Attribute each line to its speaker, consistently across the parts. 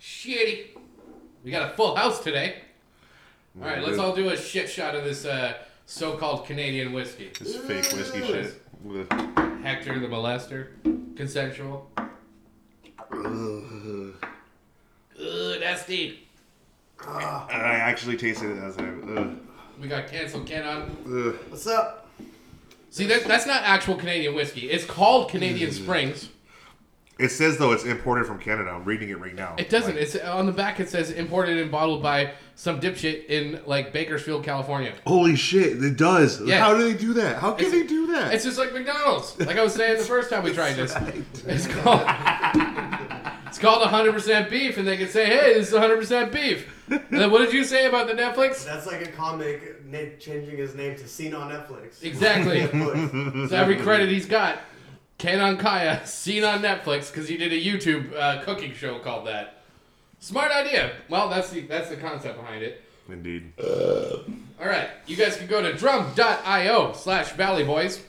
Speaker 1: shitty. We got a full house today. All right, let's
Speaker 2: Good.
Speaker 1: all do a shit shot of this uh, so-called Canadian whiskey.
Speaker 2: This fake whiskey shit. Ugh.
Speaker 1: Hector the molester, consensual. Ugh, nasty.
Speaker 2: I actually tasted it last time.
Speaker 1: We got canceled Ken on.
Speaker 2: Ugh. Ugh.
Speaker 3: What's up?
Speaker 1: See, that, that's not actual Canadian whiskey. It's called Canadian Springs.
Speaker 2: It says though it's imported from Canada. I'm reading it right now.
Speaker 1: It doesn't.
Speaker 2: Like,
Speaker 1: It's on the back. It says imported and bottled by some dipshit in like Bakersfield, California.
Speaker 2: holy shit! It does.
Speaker 1: Yeah.
Speaker 2: Oh, How do they do that? How can
Speaker 1: It's-
Speaker 2: they do that?
Speaker 1: It's just like McDonald's. Like I was saying the first time we tried this. It's called It's called 100% beef and they can say, "Hey, this is 100% beef." And then what did you say about the Netflix?
Speaker 3: That's like a comic na- changing his name to seen on Netflix.
Speaker 1: Exactly.
Speaker 3: Netflix.
Speaker 1: So every credit he's got, Ken on Kaya, seen on Netflix because he did a YouTube uh, cooking show called that. Smart idea. Well, that's the that's the concept behind it.
Speaker 2: Indeed.
Speaker 1: All right, you guys can go to drum.io slash Valley Boys.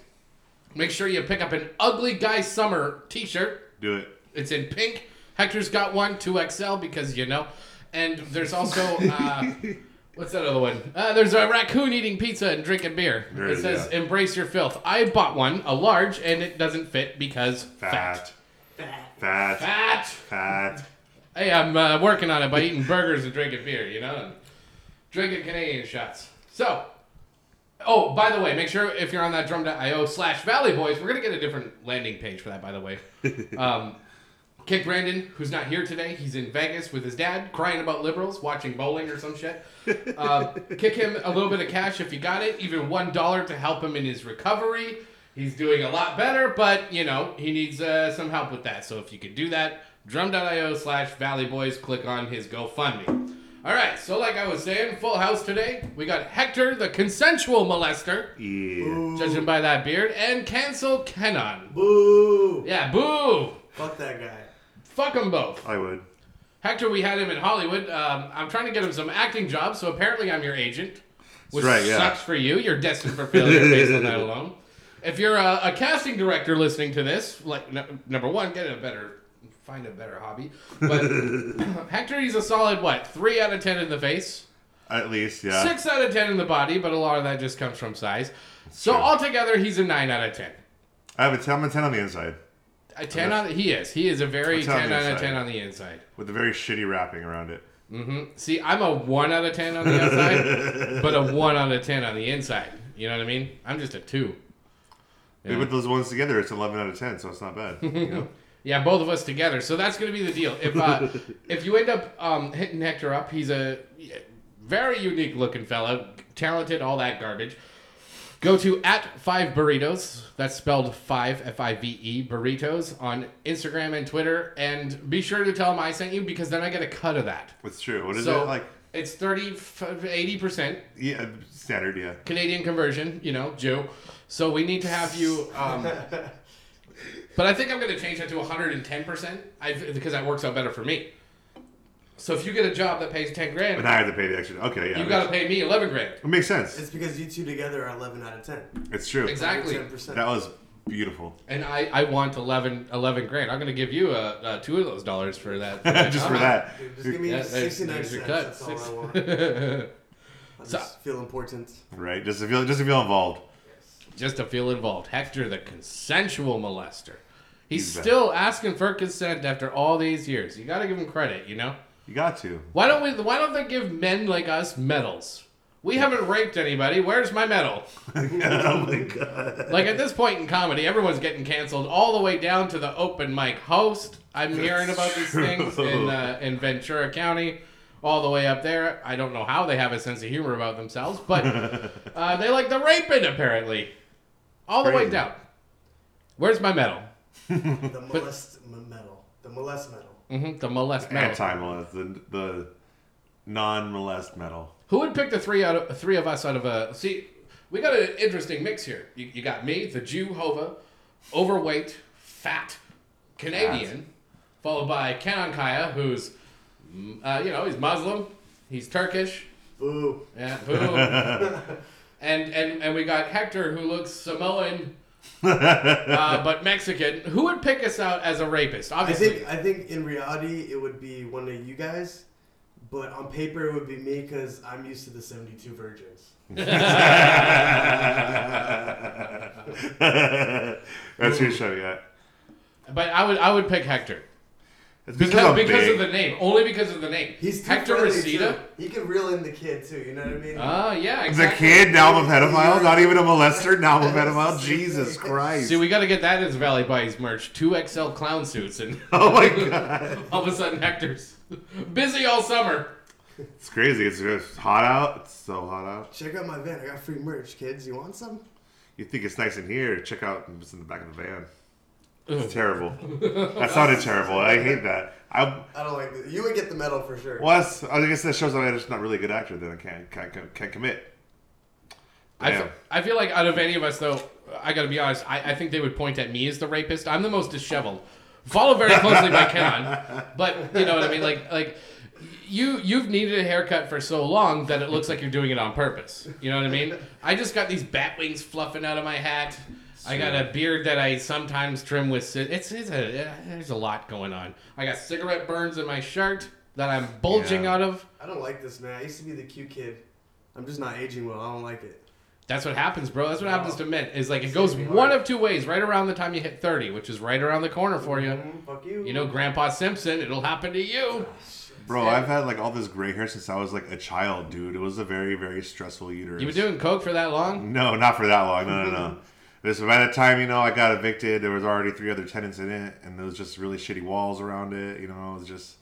Speaker 1: Make sure you pick up an Ugly Guy Summer T-shirt.
Speaker 2: Do it.
Speaker 1: It's in pink. Hector's got one, 2XL, because you know. And there's also, uh, what's that other one? Uh, there's a raccoon eating pizza and drinking beer.
Speaker 2: There
Speaker 1: it
Speaker 2: is,
Speaker 1: says,
Speaker 2: yeah.
Speaker 1: embrace your filth. I bought one, a large, and it doesn't fit because fat.
Speaker 2: Fat. Fat. Fat.
Speaker 1: Fat! Hey, I'm uh, working on it by eating burgers and drinking beer, you know? And drinking Canadian shots. So, oh, by the way, make sure if you're on that drum.io slash Valley Boys, we're going to get a different landing page for that, by the way. Um, Kid Brandon, who's not here today, he's in Vegas with his dad, crying about liberals, watching bowling or some shit. Uh, kick him a little bit of cash if you got it, even one dollar to help him in his recovery. He's doing a lot better, but you know he needs uh, some help with that. So if you could do that, drum.io/slash Valley Boys. Click on his GoFundMe. All right, so like I was saying, full house today. We got Hector, the consensual molester,
Speaker 2: Yeah.
Speaker 1: judging by that beard, and cancel Kenon.
Speaker 3: Boo!
Speaker 1: Yeah, boo!
Speaker 3: Fuck that guy.
Speaker 1: Fuck them both.
Speaker 2: I would.
Speaker 1: Hector, we had him in Hollywood. Um, I'm trying to get him some acting jobs, so apparently I'm your agent, which
Speaker 2: That's right, yeah.
Speaker 1: sucks for you. You're destined for failure based on that alone. If you're a, a casting director listening to this, like n- number one, get a better, find a better hobby. But Hector, he's a solid what three out of ten in the face,
Speaker 2: At least, yeah.
Speaker 1: six out of ten in the body, but a lot of that just comes from size. So altogether, he's a nine out of ten.
Speaker 2: I have a 10, I'm a 10 on the inside
Speaker 1: A ten on he is. He is a very
Speaker 2: That's on
Speaker 1: ten
Speaker 2: the
Speaker 1: out of
Speaker 2: inside.
Speaker 1: ten on the inside.
Speaker 2: with a very shitty wrapping around it.
Speaker 1: See, I'm a one out of ten on the outside, but a one out of ten on the inside. You know what I mean? I'm just a two.
Speaker 2: They put those ones together, it's 11 out of 10, so it's not bad. You know?
Speaker 1: Yeah, both of us together. So that's going to be the deal. If uh, if you end up um, hitting Hector up, he's a very unique looking fella, talented, all that garbage. Go to at five burritos. That's spelled five f i v e burritos on Instagram and Twitter, and be sure to tell him I sent you because then I get a cut of that.
Speaker 2: it's true. What is
Speaker 1: so
Speaker 2: it? Like,
Speaker 1: it's 30 80 percent
Speaker 2: yeah, standard, yeah.
Speaker 1: Canadian conversion, you know, Jew. So we need to have you. Um, but I think I'm going to change that to 110 percent because that works out better for me. So if you get a job that pays 10 grand,
Speaker 2: But I have to pay the extra. Okay, yeah.
Speaker 1: you
Speaker 2: it
Speaker 1: got to
Speaker 2: makes-
Speaker 1: pay me 11 grand.
Speaker 2: It makes sense.
Speaker 3: It's because you two together are 11 out of 10.
Speaker 2: It's true.
Speaker 1: Exactly.
Speaker 3: 10%.
Speaker 2: That was beautiful.
Speaker 1: And I, I want 11, 11 grand. I'm going to give you uh, uh, two of those dollars for that.
Speaker 2: Just for that.
Speaker 3: Dude, just give me
Speaker 1: Yeah, there's-
Speaker 3: 69
Speaker 1: there's your
Speaker 3: cents.
Speaker 1: cut.
Speaker 3: That's
Speaker 1: Six-
Speaker 3: all I want. I just feel important.
Speaker 2: Right? Just to feel, just to feel involved.
Speaker 1: Just to feel involved. Hector, the consensual molester. He's,
Speaker 2: He's back.
Speaker 1: still asking for consent after all these years. You got to give him credit, you know?
Speaker 2: You got to.
Speaker 1: Why don't we? Why don't they give men like us medals? We haven't raped anybody. Where's my medal?
Speaker 2: oh my god.
Speaker 1: Like at this point in comedy, everyone's getting canceled all the way down to the open mic host. I'm hearing about these things in uh, in Ventura County, all the way up there. I don't know how they have a sense of humor about themselves, but uh, they like the raping apparently, all the way
Speaker 2: Crazy.
Speaker 1: down. Where's my medal?
Speaker 3: The molest m- medal. The molest medal.
Speaker 1: hmm the molest medal.
Speaker 2: Anti molest, the, the non molest metal.
Speaker 1: Who would pick the three out of three of us out of a see? We got an interesting mix here. You, you got me, the Jew Hova, overweight, fat, Canadian, followed by Kenan Kaya, who's mm, uh, you know he's Muslim, he's Turkish,
Speaker 3: Boo.
Speaker 1: yeah, boom, and and and we got Hector, who looks Samoan, uh, but Mexican. Who would pick us out as a rapist?
Speaker 3: I
Speaker 1: Obviously,
Speaker 3: think I think in reality it would be one of you guys, but on paper it would be me because I'm used to the 72 virgins.
Speaker 2: That's your show, yeah.
Speaker 1: but I would I would pick Hector
Speaker 2: It's
Speaker 1: because
Speaker 2: I'm
Speaker 1: because
Speaker 2: big.
Speaker 1: of the name. Only because of the name.
Speaker 3: He's too
Speaker 1: Hector
Speaker 3: friendly,
Speaker 1: Reseda.
Speaker 3: too. He can reel in the kid too. You know what I mean?
Speaker 1: Ah, yeah,
Speaker 2: As a
Speaker 1: exactly.
Speaker 2: kid, now I'm a pedophile. Not even a molester. Now I'm a pedophile. Jesus Christ!
Speaker 1: See, we got to get that as Valley Buddies merch. Two XL clown suits, and
Speaker 2: oh my God,
Speaker 1: all of a sudden Hector's busy all summer.
Speaker 2: it's crazy. It's, it's hot out. It's so hot out.
Speaker 3: Check out my van. I got free merch, kids. You want some?
Speaker 2: You think it's nice in here? Check out what's in the back of the van.
Speaker 1: Ugh.
Speaker 2: It's terrible. That sounded terrible. I hate that. I
Speaker 3: I don't like this. You would get the medal for sure.
Speaker 2: plus, I guess that shows that I'm just not really a good actor. Then I can't can't, can't commit.
Speaker 1: I
Speaker 2: Damn.
Speaker 1: fe- I feel like out of any of us, though, I gotta be honest, I, I think they would point at me as the rapist. I'm the most disheveled. Followed very closely by Kenon, but you know what I mean. Like, like you you've needed a haircut for so long that it looks like you're doing it on purpose. You know what I mean? I just got these bat wings fluffing out of my hat. I got a beard that I sometimes trim with. ci- It's, it's a eh, there's a lot going on. I got cigarette burns in my shirt that I'm bulging
Speaker 2: Yeah.
Speaker 1: out of.
Speaker 3: I don't like this, man. I used to be the cute kid. I'm just not aging well. I don't like it.
Speaker 1: That's what happens, bro. That's what
Speaker 3: Wow.
Speaker 1: happens to men. Is like it
Speaker 3: It's
Speaker 1: goes
Speaker 3: gonna be
Speaker 1: one
Speaker 3: hard.
Speaker 1: of two ways. Right around the time you hit thirty, which is right around the corner for you.
Speaker 3: Mm, fuck you.
Speaker 1: You know, Grandpa Simpson. It'll happen to you.
Speaker 2: Bro, I've had like all this gray hair since I was like a child, dude. It was a very, very stressful uterus.
Speaker 1: You been doing coke for that long?
Speaker 2: No, not for that long. No, no, no. This by the time you know I got evicted, there was already three other tenants in it, and there was just really shitty walls around it. You know, it was just,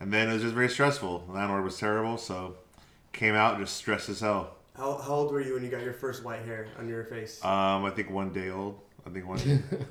Speaker 2: and then it was just very stressful. The landlord was terrible, so came out just stressed as hell.
Speaker 3: How, how old were you when you got your first white hair on your face?
Speaker 2: Um, I think one day old. I think one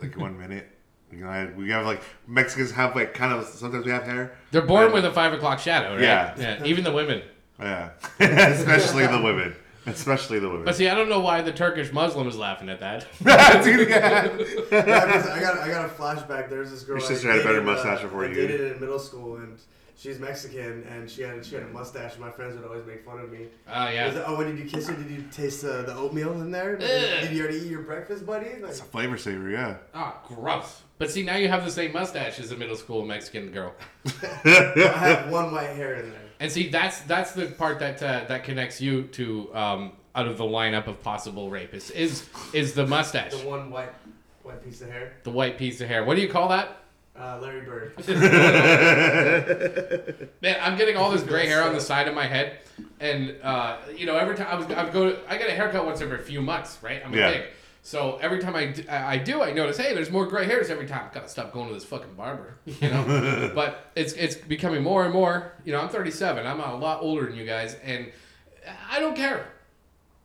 Speaker 2: like one minute. You know, I, we have like Mexicans have like kind of sometimes we have hair.
Speaker 1: They're born
Speaker 2: Yeah.
Speaker 1: with a five o'clock shadow, right?
Speaker 2: Yeah.
Speaker 1: Even the women.
Speaker 2: Yeah, especially the women. Especially the women.
Speaker 1: But see, I don't know why the Turkish Muslim is laughing at that.
Speaker 2: Dude, yeah.
Speaker 3: Yeah, 'cause I got I got a flashback. There's this girl.
Speaker 2: Your
Speaker 3: I
Speaker 2: sister had a better
Speaker 3: dated, uh,
Speaker 2: mustache before
Speaker 3: I
Speaker 2: you.
Speaker 3: dated in middle school, and she's Mexican, and she had she had a mustache. And my friends would always make fun of me.
Speaker 1: Oh
Speaker 3: I was
Speaker 1: yeah.
Speaker 3: like, oh, when did you kiss her? Did you taste uh, the oatmeal in there?
Speaker 1: Ugh.
Speaker 3: Did, did you already eat your breakfast, buddy? Like,
Speaker 2: It's a flavor saver, yeah.
Speaker 1: Ah, gross. But see, now you have the same mustache as a middle school Mexican girl.
Speaker 3: I have one white hair in there.
Speaker 1: And see, that's that's the part that uh, that connects you to um, out of the lineup of possible rapists is is the mustache,
Speaker 3: The one white white piece of hair.
Speaker 1: the white piece of hair. What do you call that?
Speaker 3: Uh, Larry Bird.
Speaker 1: Man, I'm getting all this gray hair on the side of my head, and uh, you know, every time I was, I go, I get a haircut once every few months, right? I'm a
Speaker 2: Yeah.
Speaker 1: big, so every time I, d- I I do, I notice, hey, there's more gray hairs every time. Gotta stop going to this fucking barber, you know. but it's it's becoming more and more. You know, I'm 37. I'm a lot older than you guys, and I don't care.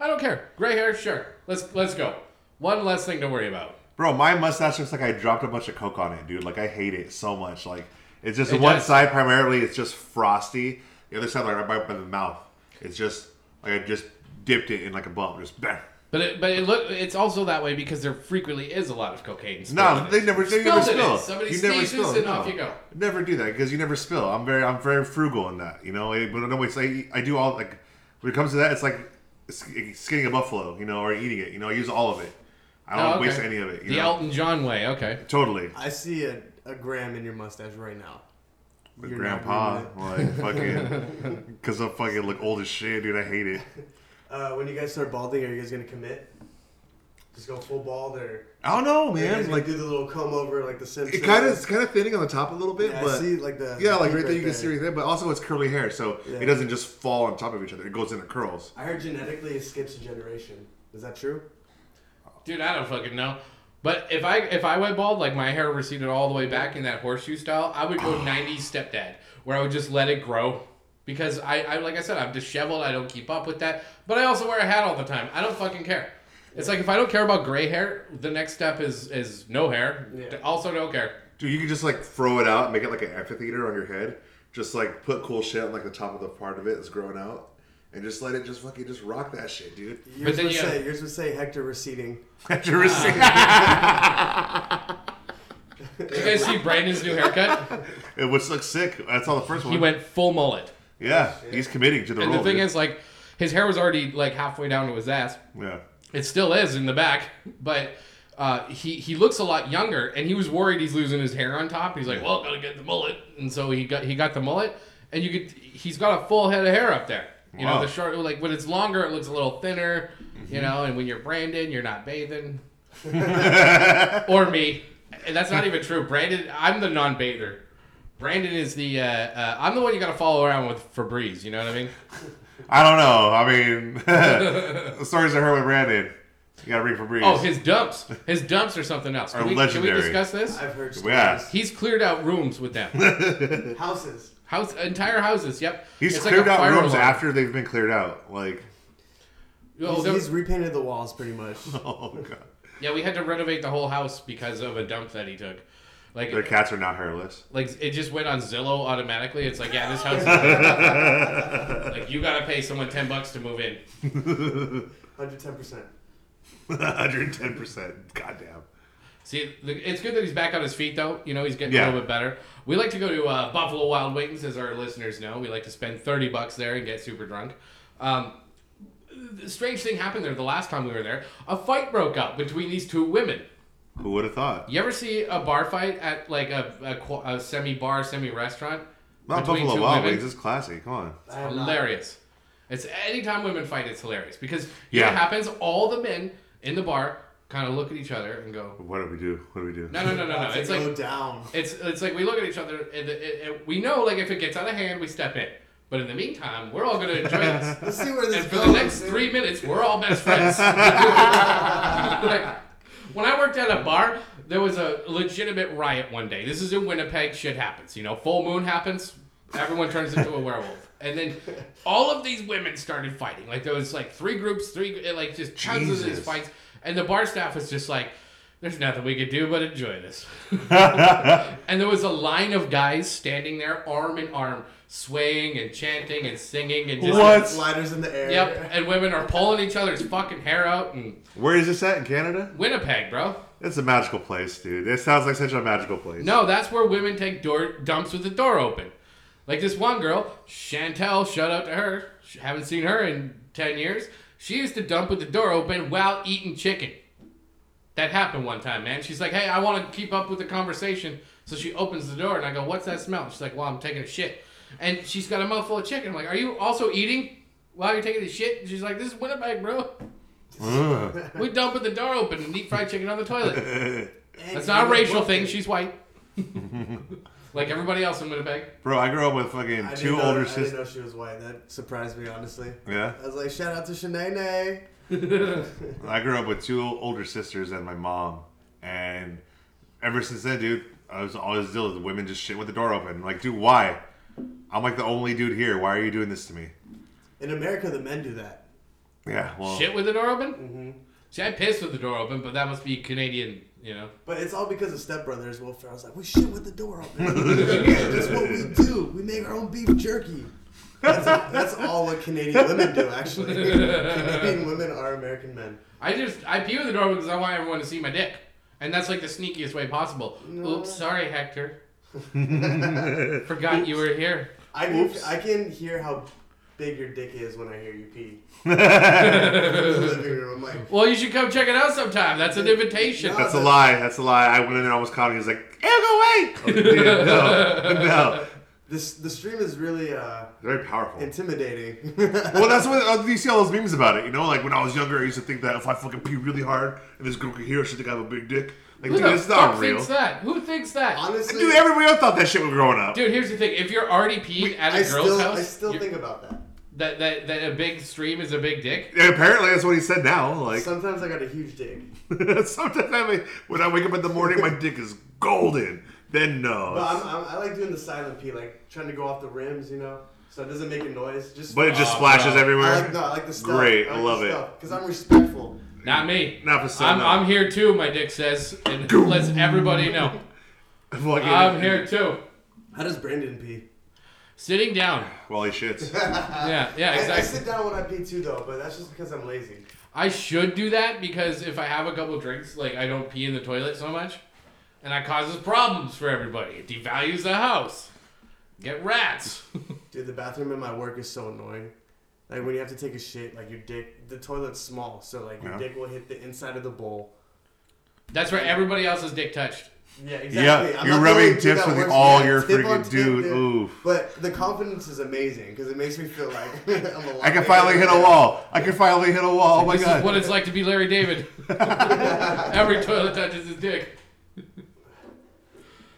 Speaker 1: I don't care. Gray hair, sure. Let's let's go. One less thing to worry about.
Speaker 2: Bro, my mustache looks like I dropped a bunch of coke on it, dude. Like I hate it so much. Like it's just
Speaker 1: It
Speaker 2: one
Speaker 1: does.
Speaker 2: side primarily, it's just frosty. The other side, like right by- by the mouth, it's just like I just dipped it in like a bump, just bam.
Speaker 1: But it, but it look it's also that way because there frequently is a lot of cocaine. spilled in
Speaker 2: No,
Speaker 1: it.
Speaker 2: they never, they
Speaker 1: Spilled
Speaker 2: never
Speaker 1: in
Speaker 2: spill.
Speaker 1: it. Somebody
Speaker 2: you never
Speaker 1: sneezes
Speaker 2: spill.
Speaker 1: and
Speaker 2: no.
Speaker 1: off you go.
Speaker 2: Never do that because you never spill. I'm very, I'm very frugal in that, you know. I- But no, it's like I do all like when it comes to that, it's like sk- skinning a buffalo, you know, or eating it. You know, I use all of it. I don't
Speaker 1: Oh, okay.
Speaker 2: waste any of it. You
Speaker 1: the
Speaker 2: know?
Speaker 1: Elton John way, okay.
Speaker 2: totally.
Speaker 3: I see a, a gram in your mustache right now.
Speaker 2: But
Speaker 3: You're not
Speaker 2: grandpa,
Speaker 3: ruining
Speaker 2: like fucking, because I'm fucking like old as shit, dude. I hate it.
Speaker 3: Uh, when you guys start balding, are you guys gonna commit? Just go full bald, or
Speaker 2: I don't know,
Speaker 3: are you guys
Speaker 2: man.
Speaker 3: gonna
Speaker 2: Like
Speaker 3: do the little comb over like the Simpsons?
Speaker 2: it kind of it's kind of thinning on the top a little bit,
Speaker 3: Yeah, I
Speaker 2: but
Speaker 3: see like the
Speaker 2: yeah,
Speaker 3: the
Speaker 2: like
Speaker 3: peak
Speaker 2: right there you can see right there. But also it's curly hair, so
Speaker 3: Yeah.
Speaker 2: it doesn't just fall on top of each other. It goes into curls.
Speaker 3: I heard genetically it skips a generation. Is that true?
Speaker 1: Dude, I don't fucking know. But if I if I went bald, like my hair receded all the way back in that horseshoe style, I would go '90s stepdad, where I would just let it grow. Because I, I like I said, I'm disheveled. I don't keep up with that. But I also wear a hat all the time. I don't fucking care. It's like if I don't care about gray hair, the next step is is no hair.
Speaker 3: Yeah.
Speaker 1: Also, don't care.
Speaker 2: Dude, you can just like throw it out, make it like an amphitheater on your head. Just like put cool shit on like the top of the part of it that's growing out, and just let it just fucking just rock that shit, dude.
Speaker 3: Yours
Speaker 1: then
Speaker 3: would
Speaker 1: you-
Speaker 3: say yours would say Hector receding.
Speaker 2: After receiving,
Speaker 1: Did you guys see Brandon's new haircut?
Speaker 2: which looks sick. That's all the first one.
Speaker 1: He went full mullet.
Speaker 2: yeah, he's committing to the
Speaker 1: And
Speaker 2: role.
Speaker 1: the thing
Speaker 2: dude.
Speaker 1: is, like, his hair was already like halfway down to his ass.
Speaker 2: yeah.
Speaker 1: It still is in the back, but uh, he he looks a lot younger, and he was worried he's losing his hair on top. He's like, "Well, gotta get the mullet," and so he got he got the mullet, and you could he's got a full head of hair up there. You know,
Speaker 2: Wow. Mm-hmm.
Speaker 1: the short like when it's longer, it looks a little thinner. You know, and when you're Brandon, you're not bathing, or me. And that's not even true. Brandon, I'm the non-bather. Brandon is the uh, uh, I'm the one you gotta follow around with Febreze. You know what I mean?
Speaker 2: I don't know. I mean, the stories I heard with Brandon, you got to read for Breeze.
Speaker 1: Oh, his dumps. His dumps are something else. Can,
Speaker 2: Are
Speaker 1: we, can
Speaker 2: legendary.
Speaker 1: we discuss this?
Speaker 3: I've heard stories.
Speaker 2: Yeah.
Speaker 1: He's cleared out rooms with them.
Speaker 3: Houses.
Speaker 1: House entire houses, yep.
Speaker 2: He's
Speaker 1: It's like a
Speaker 2: cleared out
Speaker 1: fire
Speaker 2: rooms
Speaker 1: alarm.
Speaker 2: after they've been cleared out. Like,
Speaker 1: Oh,
Speaker 3: he's,
Speaker 1: there-
Speaker 3: he's repainted the walls pretty much.
Speaker 2: oh god,
Speaker 1: yeah, we had to renovate the whole house because of a dump that he took. Like
Speaker 2: their cats are not hairless.
Speaker 1: like it just went on Zillow automatically. It's like, yeah, this house is like you gotta pay someone ten bucks to move in.
Speaker 3: 110%.
Speaker 2: 110 percent. Goddamn.
Speaker 1: See, the- it's good that he's back on his feet, though. You know, he's getting a
Speaker 2: Yeah.
Speaker 1: little bit better. We like to go to uh, Buffalo Wild Wings, as our listeners know. We like to spend thirty bucks there and get super drunk. Um, the strange thing happened there the last time we were there. A fight broke out between these two women.
Speaker 2: Who would have thought?
Speaker 1: You ever see a bar fight at like a, a, qu- a semi bar, semi restaurant?
Speaker 2: Not
Speaker 1: between
Speaker 2: Buffalo
Speaker 1: two
Speaker 2: Wild
Speaker 1: women?
Speaker 2: Wings. It's classic. Come on.
Speaker 3: I have not.
Speaker 1: hilarious. It's anytime women fight, it's hilarious because yeah.
Speaker 2: Yeah.
Speaker 1: it happens. All the men in the bar kind of look at each other and go,
Speaker 2: What do we do? What do we do?
Speaker 1: "No, no, no, no, no."
Speaker 3: About to
Speaker 1: It's like
Speaker 3: go down.
Speaker 1: It's it's like we look at each other and it, it, it- we know like if it gets out of hand, we step in. But in the meantime, we're all gonna enjoy this.
Speaker 3: Let's see where this
Speaker 1: And for
Speaker 3: goes.
Speaker 1: the next
Speaker 3: dude.
Speaker 1: three minutes, we're all best friends. Like, when I worked at a bar, there was a legitimate riot one day. This is in Winnipeg. Shit happens. You know, full moon happens. Everyone turns into a werewolf, and then all of these women started fighting. Like there was like three groups, three like just tons of these
Speaker 2: Jesus.
Speaker 1: fights, and the bar staff was just like, "There's nothing we could do but enjoy this." And there was a line of guys standing there, arm in arm, swaying and chanting and singing and just.
Speaker 2: What?
Speaker 3: Sliders in the air.
Speaker 1: Yep, and women are pulling each other's fucking hair out in
Speaker 2: Where is this at in Canada?
Speaker 1: Winnipeg, bro.
Speaker 2: It's a magical place, dude. It sounds like such a magical place.
Speaker 1: No, that's where women take door dumps with the door open. Like this one girl, Chantel, shout out to her. Sh- Haven't seen her in 10 years. She used to dump with the door open while eating chicken. That happened one time, man. She's like, hey, I want to keep up with the conversation. So she opens the door and I go, what's that smell? She's like, well, I'm taking a shit. And she's got a mouthful of chicken. I'm like, are you also eating while you're taking a shit? And she's like, this is Winnipeg, bro.
Speaker 2: Ugh.
Speaker 1: We dump with the door open and eat fried chicken on the toilet.
Speaker 3: And
Speaker 1: That's not a
Speaker 3: you
Speaker 1: racial
Speaker 3: look
Speaker 1: thing.
Speaker 3: at-
Speaker 1: She's white. like everybody else in Winnipeg.
Speaker 2: Bro, I grew up with fucking
Speaker 3: I
Speaker 2: two
Speaker 3: didn't know-
Speaker 2: older
Speaker 3: I didn't
Speaker 2: sisters.
Speaker 3: know she was white. That surprised me, honestly.
Speaker 2: Yeah.
Speaker 3: I was like, shout out to Shanae.
Speaker 2: I grew up with two older sisters and my mom, and ever since then, dude, I was always dealing with women just shit with the door open. Like, dude, why? I'm like the only dude here. Why are you doing this to me?
Speaker 3: In America, the men do that.
Speaker 2: Yeah, well,
Speaker 1: Shit with the door open? See, I pissed with the door open, but that must be Canadian, you know.
Speaker 3: But it's all because of Step Brothers. Will Ferrell's like, we shit with the door open. that's what we do. We make our own beef jerky. That's, that's all what Canadian women do, actually. Canadian women are American men.
Speaker 1: I just, I pee with the door open because I want everyone to see my dick. And that's like the sneakiest way possible. Oops, sorry, Hector. Forgot you were here.
Speaker 3: I can, I can hear how big your dick is when I hear you pee. In the living room, I'm like,
Speaker 1: Well, you should come check it out sometime. That's an invitation.
Speaker 3: No.
Speaker 2: that's a lie. That's a lie. I went in there almost caught him. He was like, "Ew, go away!" I was like, dude, no, no,
Speaker 3: this the stream is really uh,
Speaker 2: very powerful.
Speaker 3: intimidating.
Speaker 2: well, that's what uh, you see all those memes about it. You know, like when I was younger, I used to think that if I fucking pee really hard and this girl could hear, she think I have a big dick. Like,
Speaker 1: Who
Speaker 2: dude,
Speaker 1: the
Speaker 2: it's not
Speaker 1: fuck
Speaker 2: real.
Speaker 1: thinks that? Who thinks that?
Speaker 3: Honestly,
Speaker 2: Dude, everybody else thought that shit was growing up.
Speaker 1: Dude, here's the thing. If you're already peeing at a
Speaker 3: I
Speaker 1: girl's
Speaker 3: still,
Speaker 1: house,
Speaker 3: I still
Speaker 1: you-
Speaker 3: think about that.
Speaker 1: that, that, that a big stream is a big dick.
Speaker 2: And apparently, that's what he said now. Like,
Speaker 3: Sometimes I got a huge dick.
Speaker 2: Sometimes I wake- when I wake up in the morning, my dick is golden. Then no,
Speaker 3: But I'm, I'm, I like doing the silent pee, like trying to go off the rims, you know, so it doesn't make a noise. Just
Speaker 2: but it just
Speaker 1: Aw,
Speaker 2: splashes
Speaker 1: bro.
Speaker 2: everywhere.
Speaker 3: I like, Oh, no, I like the stuff.
Speaker 2: Great, I
Speaker 3: like
Speaker 2: love it.
Speaker 3: Because I'm respectful.
Speaker 1: Not me.
Speaker 2: Not for some,
Speaker 1: I'm,
Speaker 2: no.
Speaker 1: I'm here too, my dick says. And lets everybody know.
Speaker 2: Fucking-
Speaker 1: I'm here too.
Speaker 3: How does Brandon pee?
Speaker 1: Sitting down.
Speaker 2: While he shits.
Speaker 1: Yeah, yeah,
Speaker 3: Uh, I, I
Speaker 1: exactly.
Speaker 3: sit down when I pee too, though, but that's just because I'm lazy.
Speaker 1: I should do that because if I have a couple drinks, like I don't pee in the toilet so much, and that causes problems for everybody. It devalues the house. Get rats.
Speaker 3: Dude, the bathroom in my work is so annoying. Like when you have to take a shit, like your dick, the toilet's small, so like your
Speaker 2: Yeah.
Speaker 3: dick will hit the inside of the bowl.
Speaker 1: That's where everybody else's dick touched.
Speaker 3: Yeah,
Speaker 2: Yeah,
Speaker 3: I'm
Speaker 2: you're
Speaker 3: not
Speaker 2: rubbing
Speaker 3: going to do
Speaker 2: tips
Speaker 3: that
Speaker 2: with
Speaker 3: words
Speaker 2: all
Speaker 3: yet.
Speaker 2: your
Speaker 3: Tip on
Speaker 2: freaking
Speaker 3: tip,
Speaker 2: dude. Oof.
Speaker 3: But the confidence is amazing because it makes me feel like I'm alive.
Speaker 2: I can finally hit a wall. I can finally hit a wall. Oh my
Speaker 1: this
Speaker 2: god.
Speaker 1: is what it's like to be Larry David. Every toilet touches his dick.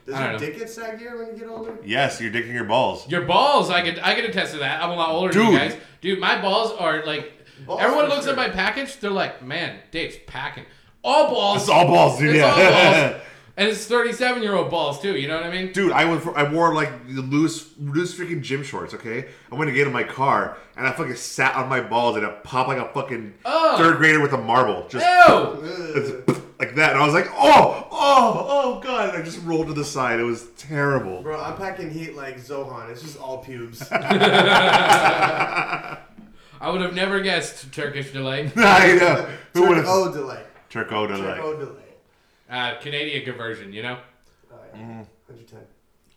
Speaker 3: Does
Speaker 1: I
Speaker 3: your
Speaker 1: don't know.
Speaker 3: dick get saggier when you get older?
Speaker 2: Yes, you're dicking your balls.
Speaker 1: Your balls, I could I could attest to that. I'm a lot older than you
Speaker 2: Dude.
Speaker 1: guys. Dude, my balls are like
Speaker 3: Balls
Speaker 1: everyone
Speaker 3: for
Speaker 1: looks at
Speaker 3: sure.
Speaker 1: my package, they're like, man, Dave's packing. All balls.
Speaker 2: It's all balls, dude.
Speaker 1: It's
Speaker 2: yeah.
Speaker 1: all balls. And it's 37 year old balls too, you know what I mean?
Speaker 2: Dude, I was I wore like the loose loose freaking gym shorts. Okay, I went to get in my car and I fucking sat on my balls and it popped like a fucking
Speaker 1: Oh.
Speaker 2: third grader with a marble, just
Speaker 1: Ew!
Speaker 3: Ugh.
Speaker 2: like that. And I was like, oh, oh, oh god! And I just rolled to the side. It was terrible.
Speaker 3: Bro, I'm packing heat like Zohan. It's just all pubes.
Speaker 1: I would have never guessed Turkish delight.
Speaker 2: I know. Who would have?
Speaker 3: Oh, delay.
Speaker 2: Turco to
Speaker 3: Check
Speaker 2: like.
Speaker 3: O delay.
Speaker 1: Uh, Canadian conversion, you know?
Speaker 3: All right.
Speaker 2: mm-hmm.
Speaker 3: 110.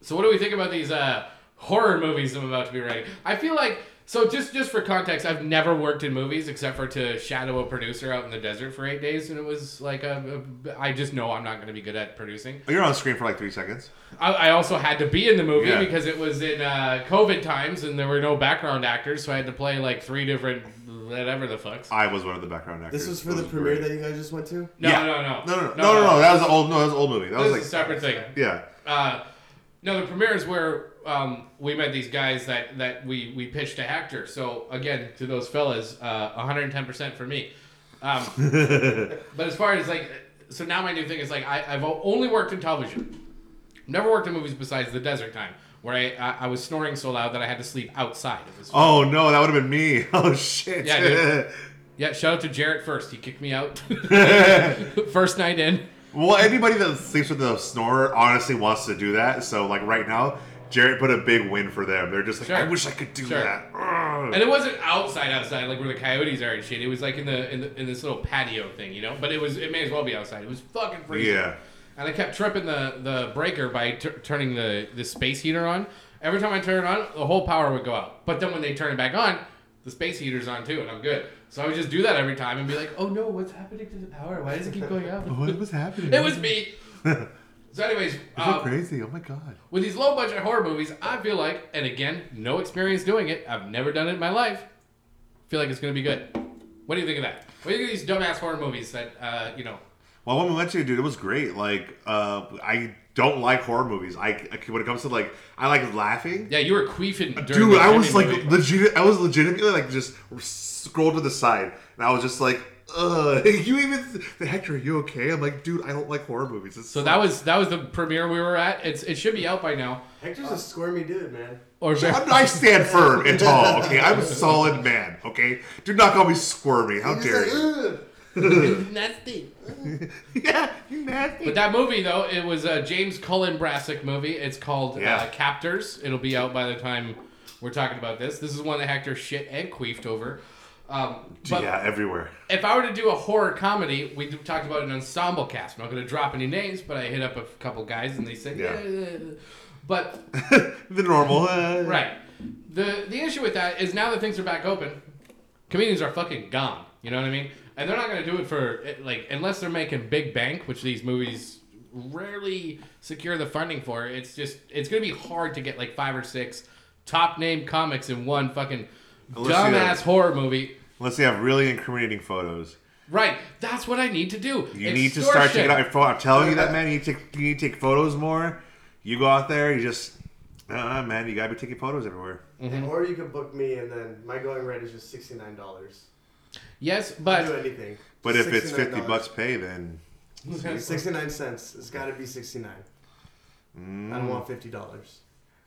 Speaker 1: So what do we think about these uh, horror movies I'm about to be rating? I feel like so just just for context, I've never worked in movies except for to shadow a producer out in the desert for eight days, and it was like a, a, I just know I'm not going to be good at producing.
Speaker 2: Oh, You're on screen for like three seconds.
Speaker 1: I, I also had to be in the movie
Speaker 2: Yeah.
Speaker 1: because it was in uh, COVID times and there were no background actors, so I had to play like three different whatever the fucks.
Speaker 2: I was one of the background actors.
Speaker 3: This was for
Speaker 2: It
Speaker 3: the premiere
Speaker 2: great.
Speaker 3: that you guys just went to?
Speaker 1: No,
Speaker 2: Yeah.
Speaker 1: no, no,
Speaker 2: No, no, no, no, no, no. That was an old. No, that was an old movie. That
Speaker 1: This
Speaker 2: was
Speaker 1: is a
Speaker 2: like,
Speaker 1: separate thing.
Speaker 2: yeah.
Speaker 1: Uh, no, the premiere is where um, we met these guys that, that we, we pitched to Hector. So again, to those fellas, uh, 110% for me. Um, but as far as like, so now my new thing is like I, I've o- only worked in television. Never worked in movies besides the desert time where I, I, I was snoring so loud that I had to sleep outside. It was,
Speaker 2: Oh no, that would have been me. Oh shit.
Speaker 1: Yeah, dude. Yeah, shout out to Jarrett first. He kicked me out first night in.
Speaker 2: Well, anybody that sleeps with a snorer honestly wants to do that. So, like right now, Jarrett put a big win for them. They're just like,
Speaker 1: Sure.
Speaker 2: I wish I could do
Speaker 1: Sure.
Speaker 2: that. Ugh.
Speaker 1: And it wasn't outside, outside like where the coyotes are and shit. It was like in the in, the, in this little patio thing, you know. But it was it may as well be outside. It was fucking freezing.
Speaker 2: Yeah.
Speaker 1: And I kept tripping the the breaker by t- turning the the space heater on. Every time I turn it on, the whole power would go out. But then when they turn it back on, the space heater's on too, and I'm good. So I would just do that every time and be like, "Oh no, what's happening to the power? Why does it keep going out?"
Speaker 2: What was happening?
Speaker 1: it was me. So, anyways,
Speaker 2: So
Speaker 1: uh,
Speaker 2: crazy. Oh my god.
Speaker 1: with these low budget horror movies, I feel like, and again, no experience doing it. I've never done it in my life. Feel like it's gonna be good. What do you think of that? What do you think of these dumbass horror movies that uh, you know?
Speaker 2: Well, when we went to, dude, it was great. Like, uh, I don't like horror movies. I, I when it comes to like, I like laughing.
Speaker 1: Yeah, you were queefing. During
Speaker 2: Dude,
Speaker 1: the
Speaker 2: I was like
Speaker 1: Jimmy movie.
Speaker 2: legit. I was legitimately like just scrolled to the side, and I was just like, "Ugh, you even Hector, are you okay?" I'm like, "Dude, I don't like horror movies." It's
Speaker 1: so that was that was the premiere we were at. It's it should be out by now.
Speaker 2: Uh,
Speaker 3: Hector's a squirmy dude, man.
Speaker 1: Or
Speaker 2: I'm, I stand firm and tall. Okay, I'm a solid man. Okay, do not call me squirmy. How
Speaker 3: He's
Speaker 2: dare
Speaker 3: just
Speaker 2: you?
Speaker 3: like, "Ugh."
Speaker 1: nasty.
Speaker 2: yeah, you nasty.
Speaker 1: But that movie though, it was a James Cullen Brassic movie. It's called
Speaker 2: Yeah.
Speaker 1: uh, Captors. It'll be out by the time we're talking about this. This is one that Hector shit and queefed over. Um, but
Speaker 2: yeah, everywhere.
Speaker 1: if I were to do a horror comedy, we talked about an ensemble cast. I'm not going to drop any names, but I hit up a couple guys and they said, yeah.
Speaker 2: Yeah.
Speaker 1: But
Speaker 2: the normal. uh,
Speaker 1: right, the the issue with that is now that things are back open, comedians are fucking gone. You know what I mean? And they're not going to do it for eh, like unless they're making big bank, which these movies rarely secure the funding for. It's just it's going to be hard to get like five or six top name comics in one fucking
Speaker 2: Unless you have-
Speaker 1: dumbass horror movie.
Speaker 2: Unless they have really incriminating photos.
Speaker 1: Right, that's what I need to do.
Speaker 2: You need to start
Speaker 1: Extortion.
Speaker 2: taking out your phone. I'm telling you that, man. You need to take, you need to take photos more. You go out there, you just, uh, man, you gotta be taking photos everywhere.
Speaker 1: Mm-hmm.
Speaker 3: Or you could book me, and then my going rate is just $69.
Speaker 1: Yes,
Speaker 3: I'll do
Speaker 1: but
Speaker 3: anything.
Speaker 2: But if it's fifty
Speaker 3: $69.
Speaker 2: bucks pay, then
Speaker 3: 69 cents. It's got to be 69. I don't want $50.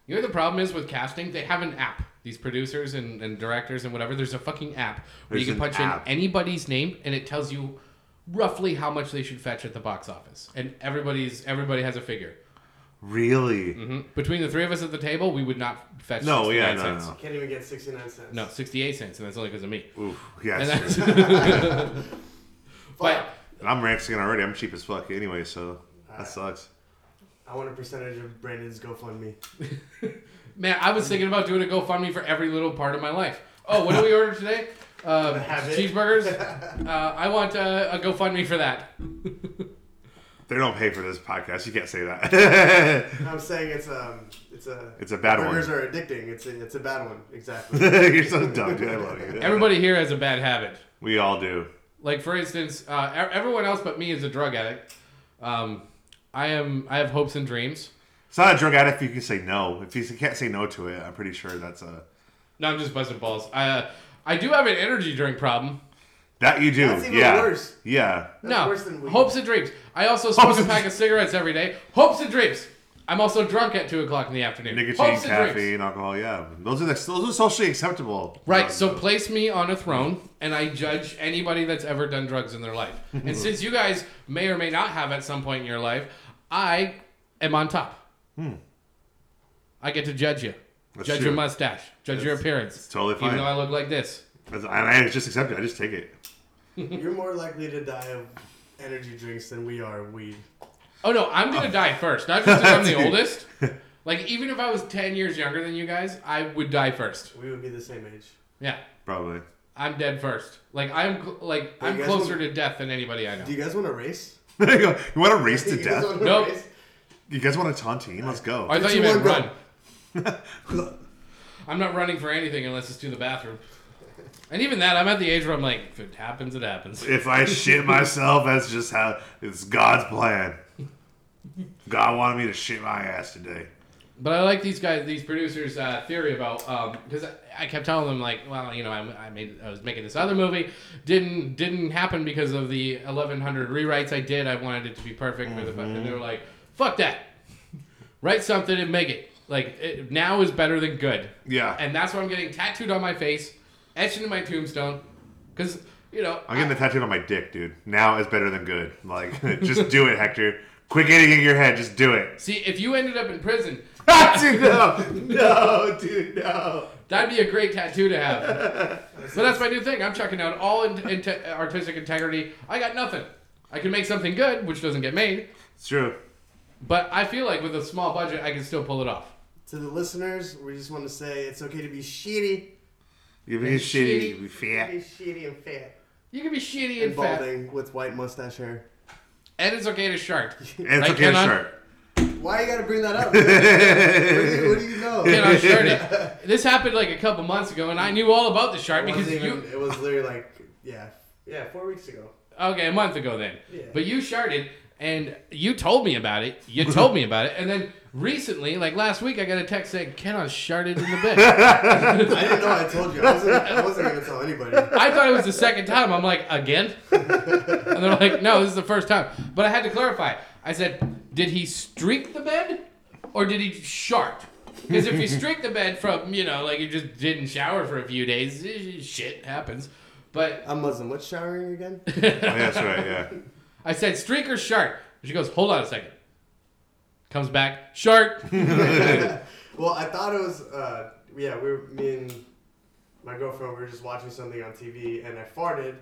Speaker 1: you know the problem is with casting, they have an app. These producers and, and directors and whatever, there's a fucking app where you
Speaker 2: There's
Speaker 1: can
Speaker 2: an
Speaker 1: punch
Speaker 2: app.
Speaker 1: in anybody's name and it tells you roughly how much they should fetch at the box office. And everybody's everybody has a figure.
Speaker 2: really,
Speaker 1: hmm Between the three of us at the table, we would not fetch
Speaker 2: No,
Speaker 1: 69
Speaker 2: yeah, no,
Speaker 1: cents.
Speaker 2: no.
Speaker 3: Can't even get 69 cents.
Speaker 1: No, 68 cents, and that's only because of me.
Speaker 2: oof, yeah,
Speaker 1: And
Speaker 2: it's true.
Speaker 1: that's, but
Speaker 2: And I'm ranting already. I'm cheap as fuck anyway, so that sucks.
Speaker 3: I want a percentage of Brandon's GoFundMe.
Speaker 1: man, I
Speaker 3: Um,
Speaker 1: was thinking about doing a GoFundMe for every little part of my life. Oh, what do we order today? Uh,
Speaker 3: Have it.
Speaker 1: cheeseburgers. Uh, I want uh, a GoFundMe for that.
Speaker 2: They don't pay for this podcast. You can't say that.
Speaker 3: I'm saying it's um, it's a.
Speaker 2: It's a bad one.
Speaker 3: burgers are addicting. It's a, it's a bad one. Exactly.
Speaker 2: You're so dumb, dude. I love you.
Speaker 1: Everybody here has a bad habit.
Speaker 2: We all do.
Speaker 1: Like for instance, uh, e- everyone else but me is a drug addict. Um, I am. I have hopes and dreams.
Speaker 2: It's not a drug addict if you can say no. If you can't say no to it, I'm pretty sure that's a
Speaker 1: No, I'm just busting balls. I uh, I do have an energy drink problem.
Speaker 2: that you do.
Speaker 3: That's even
Speaker 2: yeah.
Speaker 3: worse.
Speaker 2: Yeah.
Speaker 3: That's
Speaker 1: no,
Speaker 3: worse than weed.
Speaker 1: hopes and dreams. I also smoke a
Speaker 2: and
Speaker 1: pack of cigarettes every day. Hopes and dreams. I'm also drunk at two o'clock in the afternoon.
Speaker 2: Nicotine,
Speaker 1: hopes and
Speaker 2: caffeine,
Speaker 1: dreams.
Speaker 2: alcohol. Yeah. Those are the, those are socially acceptable.
Speaker 1: Right.
Speaker 2: drugs.
Speaker 1: So place me on a throne, and I judge anybody that's ever done drugs in their life. and since you guys may or may not have at some point in your life, I am on top. I get to judge you.
Speaker 2: Hmm. That's
Speaker 1: judge
Speaker 2: true.
Speaker 1: your mustache. Judge your appearance.
Speaker 2: totally
Speaker 1: Even
Speaker 2: fine.
Speaker 1: though I look like this.
Speaker 2: That's- and I just accept it. I just take it.
Speaker 3: You're more likely to die of energy drinks than we are weed.
Speaker 1: Oh no, I'm gonna die first. Not just because I'm the
Speaker 2: Dude.
Speaker 1: oldest. Like even if I was ten years younger than you guys, I would die first.
Speaker 3: We would be the same age.
Speaker 1: Yeah,
Speaker 2: Probably.
Speaker 1: I'm dead first. Like I'm cl- like
Speaker 3: you
Speaker 1: I'm
Speaker 3: guys
Speaker 1: closer
Speaker 3: would-
Speaker 1: to death than anybody I know.
Speaker 3: Do you guys want to race?
Speaker 2: you want to race to
Speaker 3: You guys
Speaker 2: death?
Speaker 3: wanna
Speaker 1: Nope.
Speaker 3: race?
Speaker 2: You guys want a tontine? Let's go.
Speaker 1: I thought
Speaker 3: Two,
Speaker 1: you meant
Speaker 3: one, go.
Speaker 1: run. I'm not running for anything unless it's to the bathroom. And even that, I'm at the age where I'm like, if it happens, it happens.
Speaker 2: if I shit myself, that's just how it's God's plan. God wanted me to shit my ass today.
Speaker 1: But I like these guys, these producers' uh, theory about because I, I kept telling them like, well, you know, I, I made, I was making this other movie, didn't didn't happen because of the 1100 rewrites I did. I wanted it to be perfect, for the and they were like, fuck that, write something and make it. Like it, now is better than good.
Speaker 2: Yeah.
Speaker 1: and that's what I'm getting tattooed on my face, etched into my tombstone, because you know
Speaker 2: I'm getting the tattooed on my dick, dude. Now is better than good. Like, just do it, Hector. Quit getting in your head. Just do it.
Speaker 1: See, if you ended up in prison,
Speaker 2: dude, no, no, dude, no.
Speaker 1: that'd be a great tattoo to have. but that's my new thing. I'm checking out all in, inte- artistic integrity. I got nothing. I can make something good, which doesn't get made,
Speaker 2: It's true.
Speaker 1: but I feel like with a small budget, I can still pull it off.
Speaker 3: To the listeners, we just want to say it's okay to be shitty.
Speaker 2: You be shitty. You be
Speaker 3: Be
Speaker 2: fat.
Speaker 3: shitty and fat.
Speaker 1: You can be shitty
Speaker 3: And
Speaker 1: and fat,
Speaker 3: balding with white mustache hair.
Speaker 1: and it's okay to shark.
Speaker 2: And it's
Speaker 1: Right,
Speaker 2: okay to
Speaker 1: Kenon?
Speaker 2: shirt.
Speaker 3: Why you gotta bring that up? what, do you, what do you know?
Speaker 1: Get on shirted. This happened like a couple months ago, and I knew all about the shark
Speaker 3: It
Speaker 1: because
Speaker 3: wasn't even-
Speaker 1: you.
Speaker 3: it was literally like yeah, yeah, four weeks ago.
Speaker 1: Okay, a month ago then.
Speaker 3: Yeah.
Speaker 1: But you sharted and you told me about it. You told me about it. And then recently, like last week, I got a text saying, Ken, I sharted in the bed.
Speaker 3: I didn't know I told you. I wasn't, I wasn't gonna tell anybody.
Speaker 1: I thought it was the second time. I'm like, again? And they're like, no, this is the first time. But I had to clarify. I said, did he streak the bed or did he shart? Because if you streak the bed from, you know, like you just didn't shower for a few days, eh, shit happens. But
Speaker 3: I'm Muslim. What's showering again?
Speaker 2: Oh, yeah, that's right. Yeah.
Speaker 1: I said, streak or shart? She goes, hold on a second. Comes back, shart.
Speaker 3: Well, I thought it was uh, yeah. We were me and my girlfriend. We were just watching something on TV, and I farted.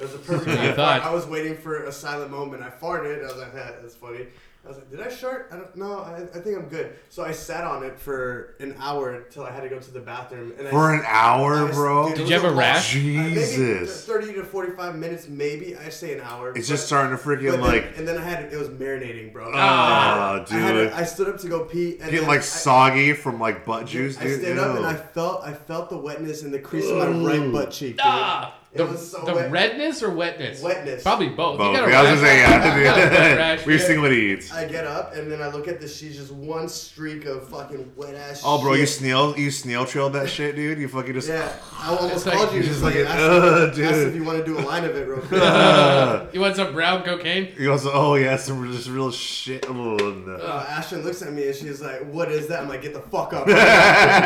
Speaker 3: It was a perfect.
Speaker 1: what you
Speaker 3: time.
Speaker 1: thought.
Speaker 3: I was waiting for a silent moment. I farted. I was like, "Huh, that's funny. I was like, did I shart? I don't know. I, I think I'm good. So I sat on it for an hour till I had to go to the bathroom. And
Speaker 2: For
Speaker 3: I,
Speaker 2: an hour,
Speaker 3: I-
Speaker 2: bro.
Speaker 3: dude, it
Speaker 1: you
Speaker 3: was
Speaker 1: have a
Speaker 3: long-
Speaker 1: rash?
Speaker 3: uh, maybe
Speaker 2: Jesus.
Speaker 3: Thirty to forty-five minutes, maybe. I say an hour.
Speaker 2: It's
Speaker 3: but-
Speaker 2: just starting to
Speaker 3: but
Speaker 2: freaking
Speaker 3: then-
Speaker 2: like
Speaker 3: and then I had it was marinating, bro.
Speaker 2: Ah,
Speaker 3: I, had
Speaker 2: dude.
Speaker 3: I stood up to go pee, and
Speaker 2: getting
Speaker 3: then
Speaker 2: like
Speaker 3: I-
Speaker 2: soggy from like butt
Speaker 3: Dude,
Speaker 2: juice,
Speaker 3: I
Speaker 2: dude.
Speaker 3: stood up and I
Speaker 2: Ew.
Speaker 3: felt I felt the wetness in the crease of my right butt cheek. Dude.
Speaker 1: Ah,
Speaker 3: it
Speaker 1: the
Speaker 3: was so
Speaker 1: the
Speaker 3: wet.
Speaker 1: redness or wetness?
Speaker 3: Wetness.
Speaker 1: Probably both.
Speaker 2: Both.
Speaker 1: You got a
Speaker 2: Yeah, I was gonna say
Speaker 1: rash.
Speaker 2: yeah.
Speaker 1: You got a wet rash.
Speaker 2: We've
Speaker 1: Yeah.
Speaker 2: seen what he eats.
Speaker 3: I get up and then I look at the she's just one streak of fucking wet ass.
Speaker 2: Oh, bro, you
Speaker 3: shit.
Speaker 2: snail, you snail trailed that shit, dude. You fucking just.
Speaker 3: Yeah, I almost
Speaker 1: It's like-
Speaker 3: called you.
Speaker 2: Just
Speaker 3: Just
Speaker 2: like,
Speaker 3: like asked,
Speaker 2: ugh,
Speaker 3: asked if
Speaker 2: dude.
Speaker 3: you want to do a line of it real quick.
Speaker 2: Ugh.
Speaker 1: You want some brown cocaine?
Speaker 2: He goes, oh yeah, some just real shit. Oh, no.
Speaker 3: Uh, Ashton looks at me and she's like, "What is that?" I'm like, "Get the fuck up!"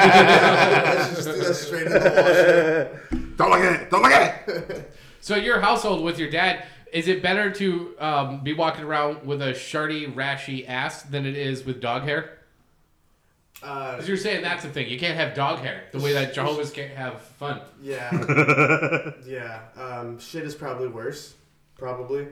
Speaker 3: I just threw that straight in the
Speaker 2: Don't look at it. Don't look at it.
Speaker 1: So your household with your dad, is it better to um, be walking around with a sharty, rashy ass than it is with dog hair?
Speaker 3: wall. Uh,
Speaker 1: Because you're saying that's the thing. You can't have dog hair the way that Jehovah's can't have fun.
Speaker 3: yeah, yeah. Um, shit is probably worse. Probably.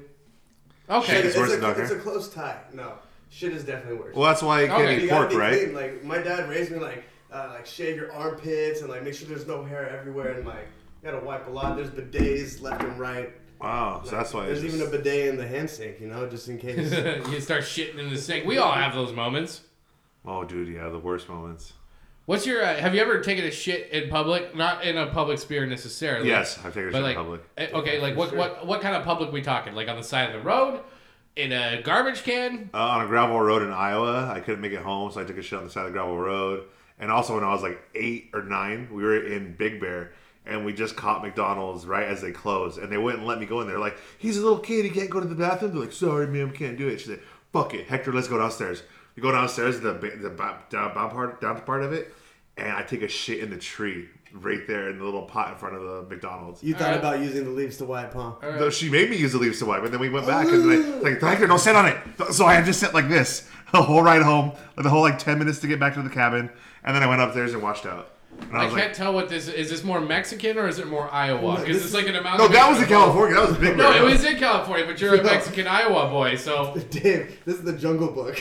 Speaker 1: Okay.
Speaker 2: Shit is
Speaker 3: It's,
Speaker 2: worse
Speaker 3: a,
Speaker 2: than dog
Speaker 3: it's a
Speaker 2: hair.
Speaker 3: close tie. No, shit is definitely worse.
Speaker 2: Well, that's why you can't
Speaker 1: Okay.
Speaker 2: eat
Speaker 3: You gotta
Speaker 2: pork,
Speaker 3: be
Speaker 2: right?
Speaker 3: clean. Like my dad raised me like uh, like shave your armpits and like make sure there's no hair everywhere and like you gotta wipe a lot. There's bidets left and right.
Speaker 2: Wow, so that's why
Speaker 3: There's
Speaker 2: it's
Speaker 3: even a
Speaker 2: just-
Speaker 3: bidet in the hand sink, you know, just in case.
Speaker 1: you start shitting in the sink. We all have those moments.
Speaker 2: Oh, dude, yeah, the worst moments.
Speaker 1: What's your? Uh, have you ever taken a shit in public? Not in a public sphere necessarily.
Speaker 2: Yes, I've taken a shit
Speaker 1: But like,
Speaker 2: in public.
Speaker 1: eh, okay, like
Speaker 3: for
Speaker 1: what,
Speaker 3: sure.
Speaker 1: what what kind of public we talking? Like on the side of the road, in a garbage can.
Speaker 2: Uh, on a gravel road in Iowa, I couldn't make it home, so I took a shit on the side of the gravel road. And also, when I was like eight or nine, we were in Big Bear, and we just caught McDonald's right as they closed, and they wouldn't let me go in there. Like, he's a little kid, he can't go to the bathroom. They're like, sorry, ma'am, can't do it. She said, fuck it, Hector, let's go downstairs. We go downstairs to the ba- the ba- down, down part down part of it, and I take a shit in the tree right there in the little pot in front of the McDonald's.
Speaker 3: You thought
Speaker 1: Alright.
Speaker 3: about using the leaves to wipe, huh?
Speaker 2: Though she made me use the leaves to wipe, and then we went back and like, like Hector, don't sit on it. So I had just sat like this the whole ride home, like the whole like ten minutes to get back to the cabin, and then I went upstairs and washed out. And I
Speaker 1: I
Speaker 2: was
Speaker 1: can't
Speaker 2: like,
Speaker 1: tell what this is. This more Mexican or is it more Iowa?
Speaker 3: this
Speaker 1: Because it's like an amount.
Speaker 2: no, that was in California. That was a big.
Speaker 1: No,
Speaker 2: bear.
Speaker 1: it was in California, but you're a Mexican Iowa boy, so
Speaker 3: Dave, this is the Jungle Book.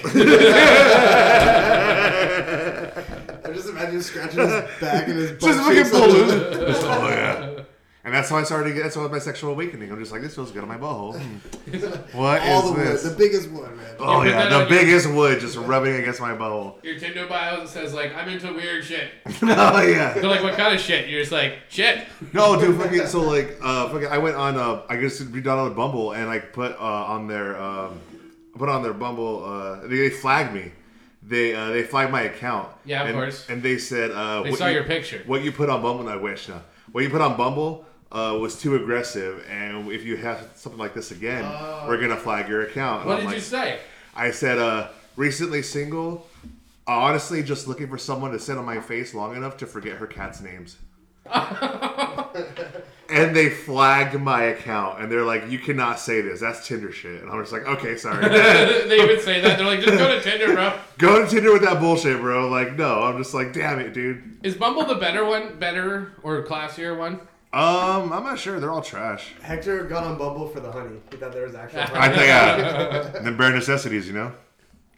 Speaker 3: I just imagine him scratching his back and his butt
Speaker 2: just fucking
Speaker 3: cheeks on the-
Speaker 2: balloon. oh yeah. And that's how I started. to get- That's how my sexual awakening. I'm just like, this feels good on my butthole. Hmm. What is
Speaker 3: All the wood,
Speaker 2: this?
Speaker 3: the biggest one, man.
Speaker 2: oh
Speaker 1: You put
Speaker 2: yeah,
Speaker 1: that
Speaker 2: the
Speaker 1: on your-
Speaker 2: biggest wood just rubbing against my butthole.
Speaker 1: your Tinder bio says like I'm into weird shit.
Speaker 2: oh yeah.
Speaker 1: They're like, what kind of shit? You're just like shit.
Speaker 2: No, dude, fucking. So like, uh, fucking. I went on. Uh, I guess it'd be done on Bumble, and like put uh, on their, um, put on their Bumble. Uh, they, they flagged me. They uh, they flagged my account.
Speaker 1: Yeah, of
Speaker 2: and,
Speaker 1: course.
Speaker 2: And they said, uh,
Speaker 1: They
Speaker 2: what
Speaker 1: saw
Speaker 2: you-
Speaker 1: your picture.
Speaker 2: What you put on Bumble, I wish now. What you put on Bumble uh, was too aggressive, and if you have something like this again, we're gonna flag your account. And
Speaker 1: Oh. What
Speaker 2: I'm
Speaker 1: did
Speaker 2: like,
Speaker 1: you say?
Speaker 2: I said, uh, recently single. uh, Honestly, just looking for someone to sit on my face long enough to forget her cat's names. and they flagged my account, and they're like, "You cannot say this. That's Tinder shit." And I'm just like, "Okay, sorry.
Speaker 1: they even say that. They're like, just go to Tinder, bro.
Speaker 2: Go to Tinder with that bullshit, bro." Like, no, I'm just like, "Damn it, dude."
Speaker 1: Is Bumble the better one, better or classier one?
Speaker 2: Um, I'm not sure. They're all trash.
Speaker 3: Hector got on Bumble for the honey. He thought there was actual
Speaker 2: I
Speaker 3: honey.
Speaker 2: think, yeah. and then bare necessities, you know.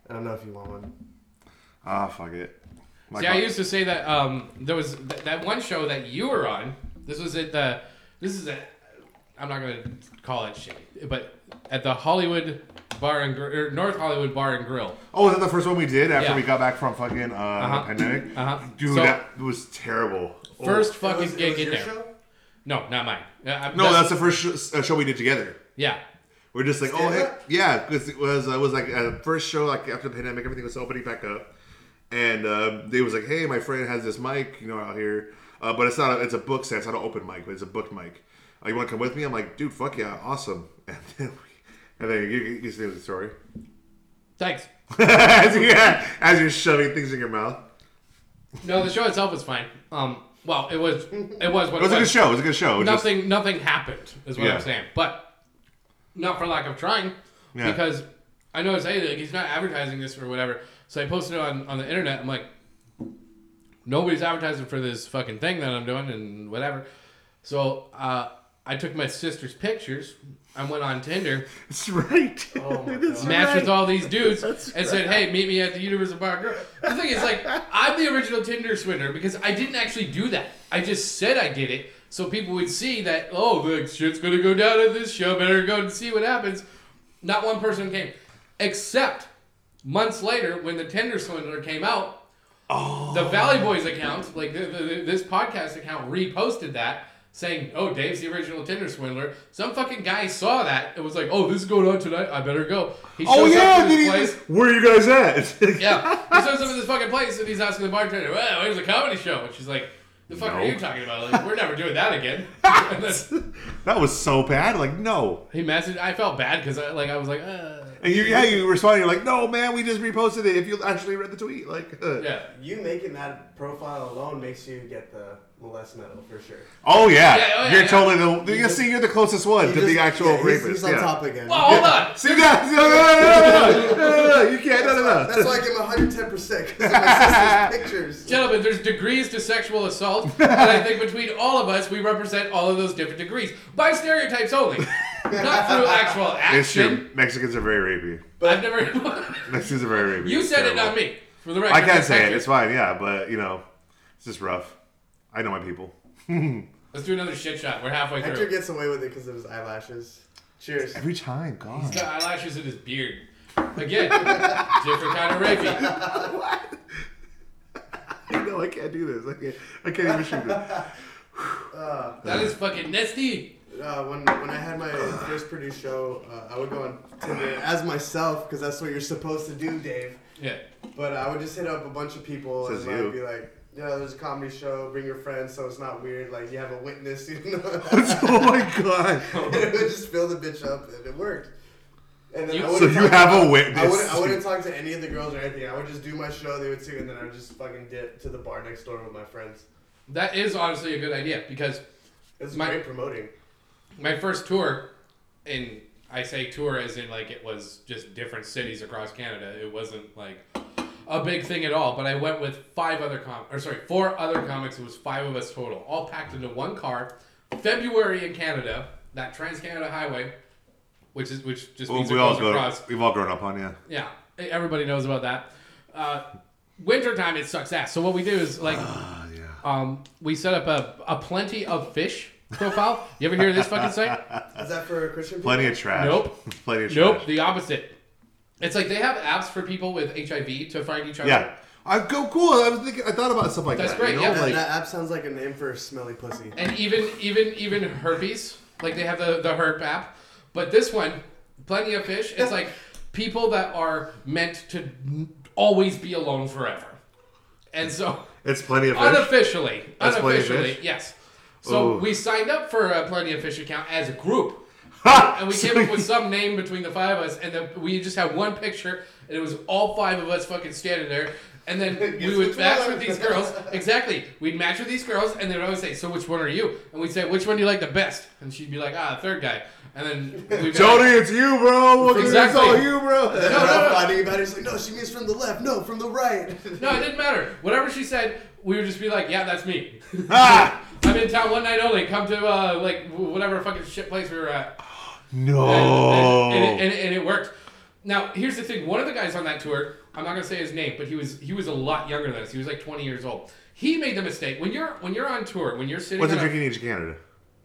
Speaker 3: I don't know if you want one.
Speaker 2: Ah, fuck it. My
Speaker 1: See, I
Speaker 2: God.
Speaker 1: used to say that um, there was th- that one show that you were on. This was at the. This is at. I'm not gonna call it shit, but at the Hollywood Bar and Gr- or North Hollywood Bar and Grill.
Speaker 2: Oh, was that the first one we did after
Speaker 1: Yeah.
Speaker 2: we got back from fucking uh,
Speaker 1: Uh-huh.
Speaker 2: pandemic?
Speaker 1: Uh-huh.
Speaker 2: Dude,
Speaker 1: So-
Speaker 2: that was terrible. Oh.
Speaker 1: First
Speaker 3: It
Speaker 1: fucking
Speaker 3: was- it
Speaker 1: gig
Speaker 3: was
Speaker 1: in
Speaker 3: your
Speaker 1: there.
Speaker 3: show?
Speaker 1: No, not mine. Uh, I-
Speaker 2: No, that's the first sh- uh, show we did together.
Speaker 1: yeah.
Speaker 2: We're just like, oh
Speaker 3: Stand
Speaker 2: hey,
Speaker 3: up?
Speaker 2: yeah, because it was uh, it was like uh, first show like after the pandemic, everything was opening back up, and uh, they was like, hey, my friend has this mic, you know, out here, uh, but it's not a, it's a book set, it's not an open mic, but it's a booked mic. Uh, you want to come with me? I'm like, dude, fuck yeah, awesome. And then we, and then you, you, you see the story.
Speaker 1: Thanks.
Speaker 2: as, you, as you're shoving things in your mouth.
Speaker 1: No, the show itself was fine. Um, well, it was. It was what
Speaker 2: It was a good show. It was a good show. It was just-
Speaker 1: nothing nothing happened is what
Speaker 2: Yeah.
Speaker 1: I'm saying. But not for lack of trying.
Speaker 2: Yeah.
Speaker 1: Because I noticed hey like, he's not advertising this or whatever. So I posted it on, on the internet. I'm like nobody's advertising for this fucking thing that I'm doing and whatever. So uh, I took my sister's pictures. I went on Tinder,
Speaker 2: That's right.
Speaker 3: Oh my
Speaker 2: That's
Speaker 3: God.
Speaker 1: matched
Speaker 2: right.
Speaker 1: with all these dudes, and said, "Hey, meet me at the Universal Bar." Girl. The thing is, like, I'm the original Tinder swindler because I didn't actually do that. I just said I did it so people would see that. Oh, the shit's gonna go down at this show. Better go and see what happens. Not one person came, except months later when the Tinder swindler came out. The
Speaker 2: Oh.
Speaker 1: Valley Boys account, like the, the, the- this podcast account, reposted that saying, "Oh, Dave's the original Tinder swindler." Some fucking guy saw that and was like, "Oh, this is going on tonight. I better go." He
Speaker 2: Oh
Speaker 1: shows
Speaker 2: yeah,
Speaker 1: up to
Speaker 2: did
Speaker 1: this
Speaker 2: he
Speaker 1: place.
Speaker 2: where are you guys at?
Speaker 1: Yeah, he shows up at this fucking place and he's asking the bartender, "Well, where's the comedy show?" And she's like, "The fuck are
Speaker 2: No.
Speaker 1: you talking about? Like, we're never doing that again." And then
Speaker 2: that was so bad. Like no,
Speaker 1: he messaged. I felt bad because I like I was like, uh,
Speaker 2: and you yeah you responded. You're like no man, we just reposted it. If you actually read the tweet, like uh.
Speaker 1: yeah.
Speaker 3: You making that profile alone makes you get the molest medal for sure.
Speaker 2: oh yeah,
Speaker 1: Yeah, oh, yeah,
Speaker 2: you're
Speaker 1: yeah.
Speaker 2: totally the you see you're the closest one
Speaker 3: He
Speaker 2: to
Speaker 3: just-
Speaker 2: the actual
Speaker 3: yeah, he's-
Speaker 2: rapist.
Speaker 3: He's on
Speaker 2: yeah.
Speaker 3: top again.
Speaker 1: Well, hold on.
Speaker 2: See that? No, no, no, no, no, no, no, no, you can't. No, no, no.
Speaker 3: That's why I give him 110 percent because of my sister's pictures.
Speaker 1: Gentlemen, there's degrees to sexual assault, and I think between all of us, we represent all of those different degrees by stereotypes only, not through actual
Speaker 2: it's
Speaker 1: action.
Speaker 2: true. Mexicans are very rapey.
Speaker 1: But I've never.
Speaker 2: Mexicans are very rapey.
Speaker 1: you
Speaker 2: It's
Speaker 1: said it,
Speaker 2: terrible.
Speaker 1: not me. For the record,
Speaker 2: I can't say
Speaker 1: Thank
Speaker 2: it.
Speaker 1: you.
Speaker 2: It's fine. Yeah, but you know, it's just rough. I know my people.
Speaker 1: Let's do another shit shot. We're halfway
Speaker 3: Hector
Speaker 1: through.
Speaker 3: gets away with it because of his eyelashes. Cheers.
Speaker 2: Every time,
Speaker 1: He's
Speaker 2: God.
Speaker 1: got eyelashes in his beard. Again, different kind of rapey.
Speaker 2: no, I can't do this. I can't. I can't even shoot this.
Speaker 1: That is fucking nasty.
Speaker 3: Uh, when when I had my first produced show, uh, I would go on Tinder as myself because that's what you're supposed to do, Dave.
Speaker 1: Yeah.
Speaker 3: But I would just hit up a bunch of people
Speaker 2: Says
Speaker 3: and
Speaker 2: you.
Speaker 3: like, be like, "Yeah, there's a comedy show. Bring your friends, so it's not weird. Like you have a witness, you know."
Speaker 2: oh my God.
Speaker 3: it would just fill the bitch up, and it worked. And then
Speaker 1: You-
Speaker 3: I
Speaker 1: So
Speaker 2: So
Speaker 3: wouldn't
Speaker 2: you
Speaker 3: talk
Speaker 2: have a
Speaker 3: about-
Speaker 2: witness.
Speaker 3: I wouldn't, I wouldn't talk to any of the girls or anything. I would just do my show. They would sing, and then I would just fucking dip to the bar next door with my friends.
Speaker 1: That is honestly a good idea because
Speaker 3: It's
Speaker 1: My-
Speaker 3: great promoting.
Speaker 1: my first tour, and I say tour as in like it was just different cities across Canada. It wasn't like a big thing at all. But I went with five other com or sorry, four other comics. It was five of us total, all packed into one car. February in Canada, that Trans Canada Highway, which is which just
Speaker 2: Well,
Speaker 1: means
Speaker 2: we
Speaker 1: it
Speaker 2: all
Speaker 1: goes
Speaker 2: go.
Speaker 1: across.
Speaker 2: We've all grown up on yeah.
Speaker 1: Yeah, e, everybody knows about that. Uh, wintertime, it sucks ass. So what we do is like
Speaker 2: Oh yeah.
Speaker 1: um, we set up a, a plenty of fish profile. You ever hear of this fucking site?
Speaker 3: Is that for Christian people?
Speaker 2: Plenty of trash.
Speaker 1: Nope.
Speaker 2: Plenty of trash.
Speaker 1: Nope, the opposite. It's like they have apps for people with HIV to find each other.
Speaker 2: Yeah. I go cool. I was thinking. I thought about stuff like
Speaker 1: That's
Speaker 2: that.
Speaker 1: great,
Speaker 2: You know?
Speaker 1: yeah.
Speaker 3: That,
Speaker 2: Like,
Speaker 3: that app sounds like a name for a smelly pussy.
Speaker 1: And even even even herpes. Like they have the, the herp app. But this one, plenty of fish, it's like people that are meant to n- always be alone forever. And so
Speaker 2: it's plenty of fish.
Speaker 1: unofficially.
Speaker 2: That's Plenty of
Speaker 1: unofficially,
Speaker 2: Fish?
Speaker 1: yes. So
Speaker 2: Ooh.
Speaker 1: we signed up for a Plenty of Fish account as a group. and we came up with some name between the five of us, and then we just had one picture, and it was all five of us fucking standing there. And then we
Speaker 3: Guess
Speaker 1: would
Speaker 3: which
Speaker 1: match
Speaker 3: one?
Speaker 1: with these girls. Exactly. We'd match with these girls, and they would always say, So which one are you? And we'd say, Which one do you like the best? And she'd be like, Ah, the third guy. And then we'd be like,
Speaker 2: Jody, it's you, bro. Look,
Speaker 1: Exactly.
Speaker 2: It's all you, bro.
Speaker 3: And
Speaker 1: no,
Speaker 3: no,
Speaker 1: no.
Speaker 3: Finding about it, he's like, no, she means from the left. No, from the right.
Speaker 1: No, it didn't matter. Whatever she said, we would just be like, Yeah, that's me.
Speaker 2: Ah!
Speaker 1: I'm in town one night only. Come to, uh, like, w- whatever fucking shit place we were at.
Speaker 2: No. Oh.
Speaker 1: and, and, and, and, it, and it worked. Now here's the thing: one of the guys on that tour, I'm not gonna say his name, but he was he was a lot younger than us. He was like 20 years old. He made the mistake when you're when you're on tour, when you're sitting
Speaker 2: What's the
Speaker 1: on a-
Speaker 2: drinking age in Canada?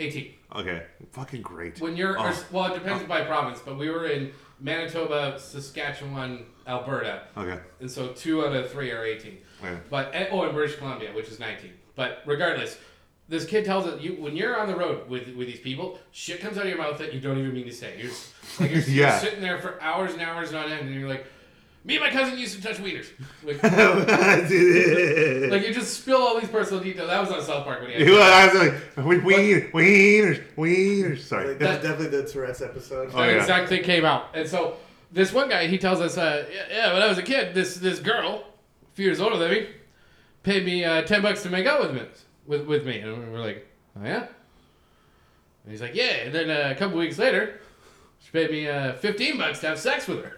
Speaker 1: 18.
Speaker 2: Okay. Fucking great.
Speaker 1: When you're or
Speaker 2: Oh.
Speaker 1: s- well, it depends by province, but we were in Manitoba, Saskatchewan, Alberta,
Speaker 2: Okay.
Speaker 1: and so two out of three are 18.
Speaker 2: Yeah.
Speaker 1: But and- oh, and British Columbia, which is 19. But regardless. This kid tells it you when you're on the road with with these people, shit comes out of your mouth that you don't even mean to say. You're, s- like, you're, you're
Speaker 2: Yeah.
Speaker 1: sitting there for hours and hours on end, and you're like, "Me and my cousin used to touch wieners." Like,
Speaker 2: like,
Speaker 1: like you just spill all these personal details. That was on South Park when he
Speaker 2: I
Speaker 1: had
Speaker 2: was like, we- ween- wieners, wieners. Sorry.
Speaker 3: Like, that's definitely the Tourette's episode.
Speaker 2: Oh,
Speaker 1: that
Speaker 2: yeah.
Speaker 1: exact thing came out. And so this one guy, he tells us, uh, yeah, yeah, when I was a kid, this this girl, a few years older than me, paid me uh, ten bucks to make out with me, with with me, and we were like, oh yeah. And he's like, yeah. And then uh, a couple weeks later, she paid me uh, fifteen bucks to have sex with her.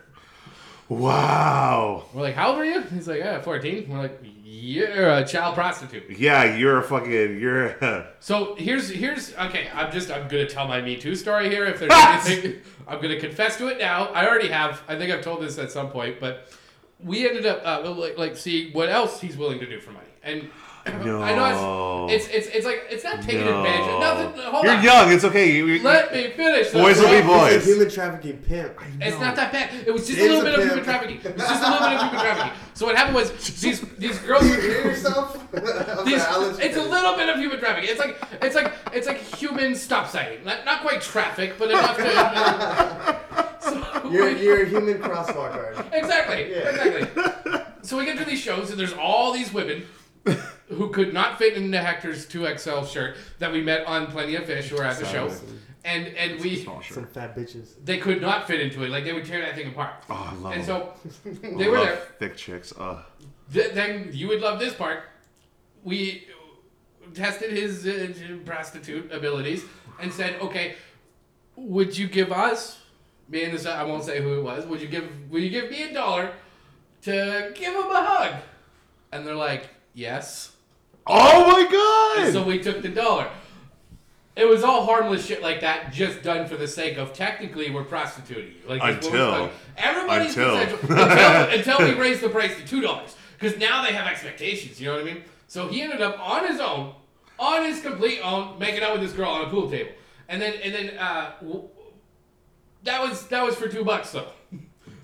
Speaker 2: Wow.
Speaker 1: We're like, how old are you? He's like, yeah, fourteen. We're like, you're a child prostitute.
Speaker 2: Yeah, you're a fucking, you're a,
Speaker 1: So here's here's okay. I'm just I'm gonna tell my Me Too story here. If there's anything, I'm gonna confess to it now. I already have. I think I've told this at some point, but we ended up uh, like like seeing what else he's willing to do for money. And I know
Speaker 2: No.
Speaker 1: it's, it's it's it's like it's not taking
Speaker 2: no.
Speaker 1: advantage. of Nothing. Hold
Speaker 2: you're
Speaker 1: on.
Speaker 2: young. It's okay. You, you-
Speaker 1: Let me finish. this,
Speaker 2: Boys will
Speaker 1: bro.
Speaker 2: be boys.
Speaker 3: He's a human trafficking pimp.
Speaker 1: It's not that bad. It was just
Speaker 3: It's
Speaker 1: a little
Speaker 3: a
Speaker 1: bit of human
Speaker 3: pimp.
Speaker 1: trafficking. It was just a little bit of human trafficking. So what happened was these these girls.
Speaker 3: Do you hear yourself? I'm sorry,
Speaker 1: These-
Speaker 3: I'll let you
Speaker 1: it's a
Speaker 3: finish.
Speaker 1: little bit of human trafficking. It's like it's like it's like human stop signing. Not, not quite traffic, but enough to. so
Speaker 3: You're, you're a human crosswalk guard.
Speaker 1: exactly,
Speaker 3: Yeah.
Speaker 1: exactly. So we get to these shows, and there's all these women who could not fit into Hector's two XL shirt that we met on Plenty of Fish, who were at the show, and and we
Speaker 2: Small shirt.
Speaker 3: Some fat bitches.
Speaker 1: they could not fit into it. Like they would tear that thing apart.
Speaker 2: Oh, I love
Speaker 1: And
Speaker 2: them.
Speaker 1: so
Speaker 2: I
Speaker 1: they were
Speaker 2: love
Speaker 1: there.
Speaker 2: Thick chicks. Uh, Ugh.
Speaker 1: Th- then you would love this part. We tested his uh, prostitute abilities and said, okay, would you give us, me and this, I won't say who it was, would you give, will you give me a dollar to give him a hug? And they're like, yes.
Speaker 2: Oh my god.
Speaker 1: So we took the dollar. It was all harmless shit like that, just done for the sake of technically we're prostituting you. Like this woman's
Speaker 2: Until-
Speaker 1: like, everybody's
Speaker 2: until.
Speaker 1: consensual- until, until we raise the price to two dollars, because now they have expectations. You know what I mean? So he ended up on his own on his complete own, making out with this girl on a pool table, and then and then uh, w- that was that was for two bucks though.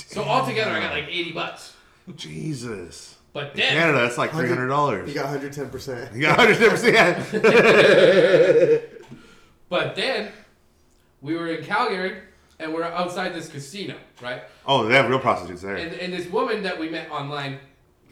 Speaker 1: So altogether, I got like eighty bucks.
Speaker 2: Jesus.
Speaker 1: But
Speaker 2: In
Speaker 1: then
Speaker 2: Canada, that's like three hundred
Speaker 3: He
Speaker 2: dollars.
Speaker 3: got 110. percent
Speaker 2: You got hundred percent. Yeah.
Speaker 1: But then we were in Calgary and we're outside this casino, right?
Speaker 2: Oh, they have real prostitutes there.
Speaker 1: And, and this woman that we met online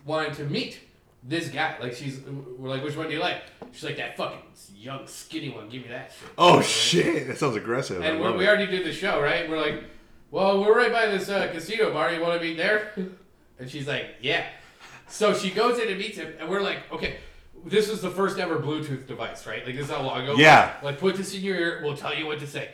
Speaker 1: wanted to meet this guy. Like she's, we're like, which one do you like? She's like, that fucking young skinny one. Give me that shit.
Speaker 2: Oh shit, that sounds aggressive. I
Speaker 1: And
Speaker 2: love
Speaker 1: we we
Speaker 2: it.
Speaker 1: already did the show, right? We're like, well, we're right by this uh, casino bar. You want to meet there? And she's like, yeah. So she goes in and meets him, and we're like, okay, this is the first ever Bluetooth device, right? Like this is how long ago.
Speaker 2: Yeah.
Speaker 1: Like put this in your ear. We'll tell you what to say.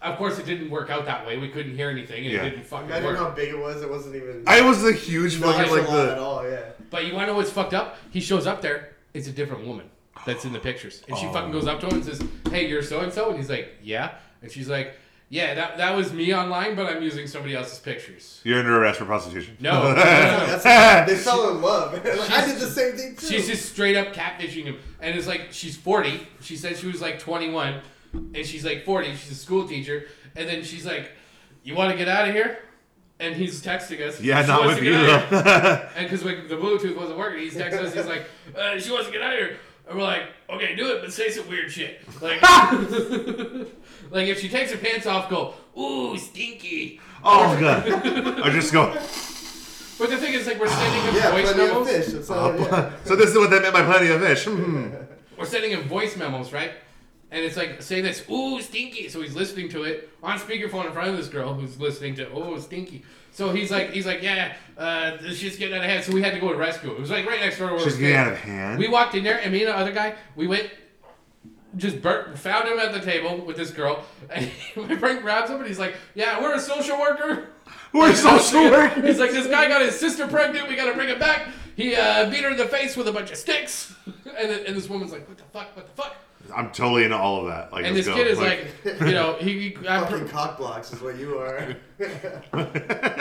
Speaker 1: Of course, it didn't work out that way. We couldn't hear anything, and
Speaker 2: Yeah.
Speaker 1: it didn't fucking
Speaker 3: Imagine
Speaker 1: work.
Speaker 3: how big it was. It wasn't even.
Speaker 2: I was a huge
Speaker 3: not
Speaker 2: fucking
Speaker 3: a
Speaker 2: like
Speaker 3: lot at
Speaker 2: the.
Speaker 3: all. Yeah.
Speaker 1: But you want to know what's fucked up? He shows up there. It's a different woman that's in the pictures, and she fucking goes up to him and says, "Hey, you're so and so," and he's like, "Yeah," and she's like, "Yeah, that that was me online, but I'm using somebody else's pictures."
Speaker 2: You're under arrest for prostitution.
Speaker 1: No.
Speaker 3: That's, they fell in love. Like, I did the same thing too.
Speaker 1: She's just straight up catfishing him, and it's like she's forty. She said she was like twenty one, and she's like forty. She's a school teacher, and then she's like, "You want to get out of here?" And he's texting us.
Speaker 2: Yeah,
Speaker 1: She
Speaker 2: not
Speaker 1: wants
Speaker 2: with
Speaker 1: to
Speaker 2: you
Speaker 1: get out of here.
Speaker 2: though.
Speaker 1: And because the Bluetooth wasn't working, he's texting us. He's like, uh, "She wants to get out of here," and we're like, "Okay, do it, but say some weird shit." Like, like if she takes her pants off, go, "Ooh, stinky."
Speaker 2: oh god. I just go.
Speaker 1: But the thing is, like, we're sending him
Speaker 3: yeah,
Speaker 1: voice
Speaker 3: plenty of
Speaker 1: memos.
Speaker 3: fish. That's
Speaker 2: Uh,
Speaker 3: all. yeah.
Speaker 2: So this is what that meant by plenty of fish. Hmm.
Speaker 1: We're sending him voice memos, right? And it's like, say this, ooh, stinky. So he's listening to it on speakerphone in front of this girl who's listening to, oh, stinky. So he's like, he's like, yeah, uh, this shit's getting out of hand. So we had to go and rescue him. It was like right next door. to Where
Speaker 2: She's
Speaker 1: we
Speaker 2: getting
Speaker 1: stayed.
Speaker 2: out of hand.
Speaker 1: We walked in there, and me and the other guy, we went, just bur- found him at the table with this girl. And my friend grabs him, and he's like, yeah, we're a social worker.
Speaker 2: We're social
Speaker 1: He's
Speaker 2: workers.
Speaker 1: like, this guy got his sister pregnant. We got to bring him back. He uh, beat her in the face with a bunch of sticks. And, then, and this woman's like, what the fuck? What the fuck?
Speaker 2: I'm totally into all of that. Like,
Speaker 1: And
Speaker 2: let's
Speaker 1: this
Speaker 2: go.
Speaker 1: kid is like, you know, he he, I'm
Speaker 3: Fucking
Speaker 1: pr-
Speaker 3: cock blocks is what you are.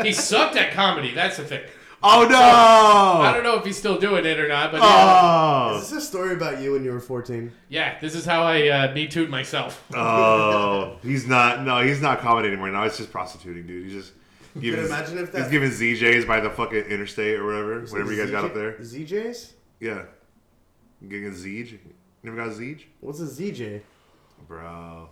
Speaker 1: he sucked at comedy. That's the thing.
Speaker 2: oh
Speaker 1: I
Speaker 2: no.
Speaker 1: don't know if he's still doing it or not, but yeah,
Speaker 2: Oh.
Speaker 3: Is this a story about you when you were 14?
Speaker 1: yeah, this is how I uh, me too'd myself.
Speaker 2: Oh, he's not. No, he's not comedy anymore. Now it's just prostituting, dude. He's just. Giving,
Speaker 3: imagine if
Speaker 2: he's
Speaker 3: that-
Speaker 2: giving ZJs by the fucking interstate or whatever, whatever you guys got up there.
Speaker 3: ZJs?
Speaker 2: Yeah, getting a Zeej. Never got a Zeej,
Speaker 3: What's a ZJ?
Speaker 2: bro.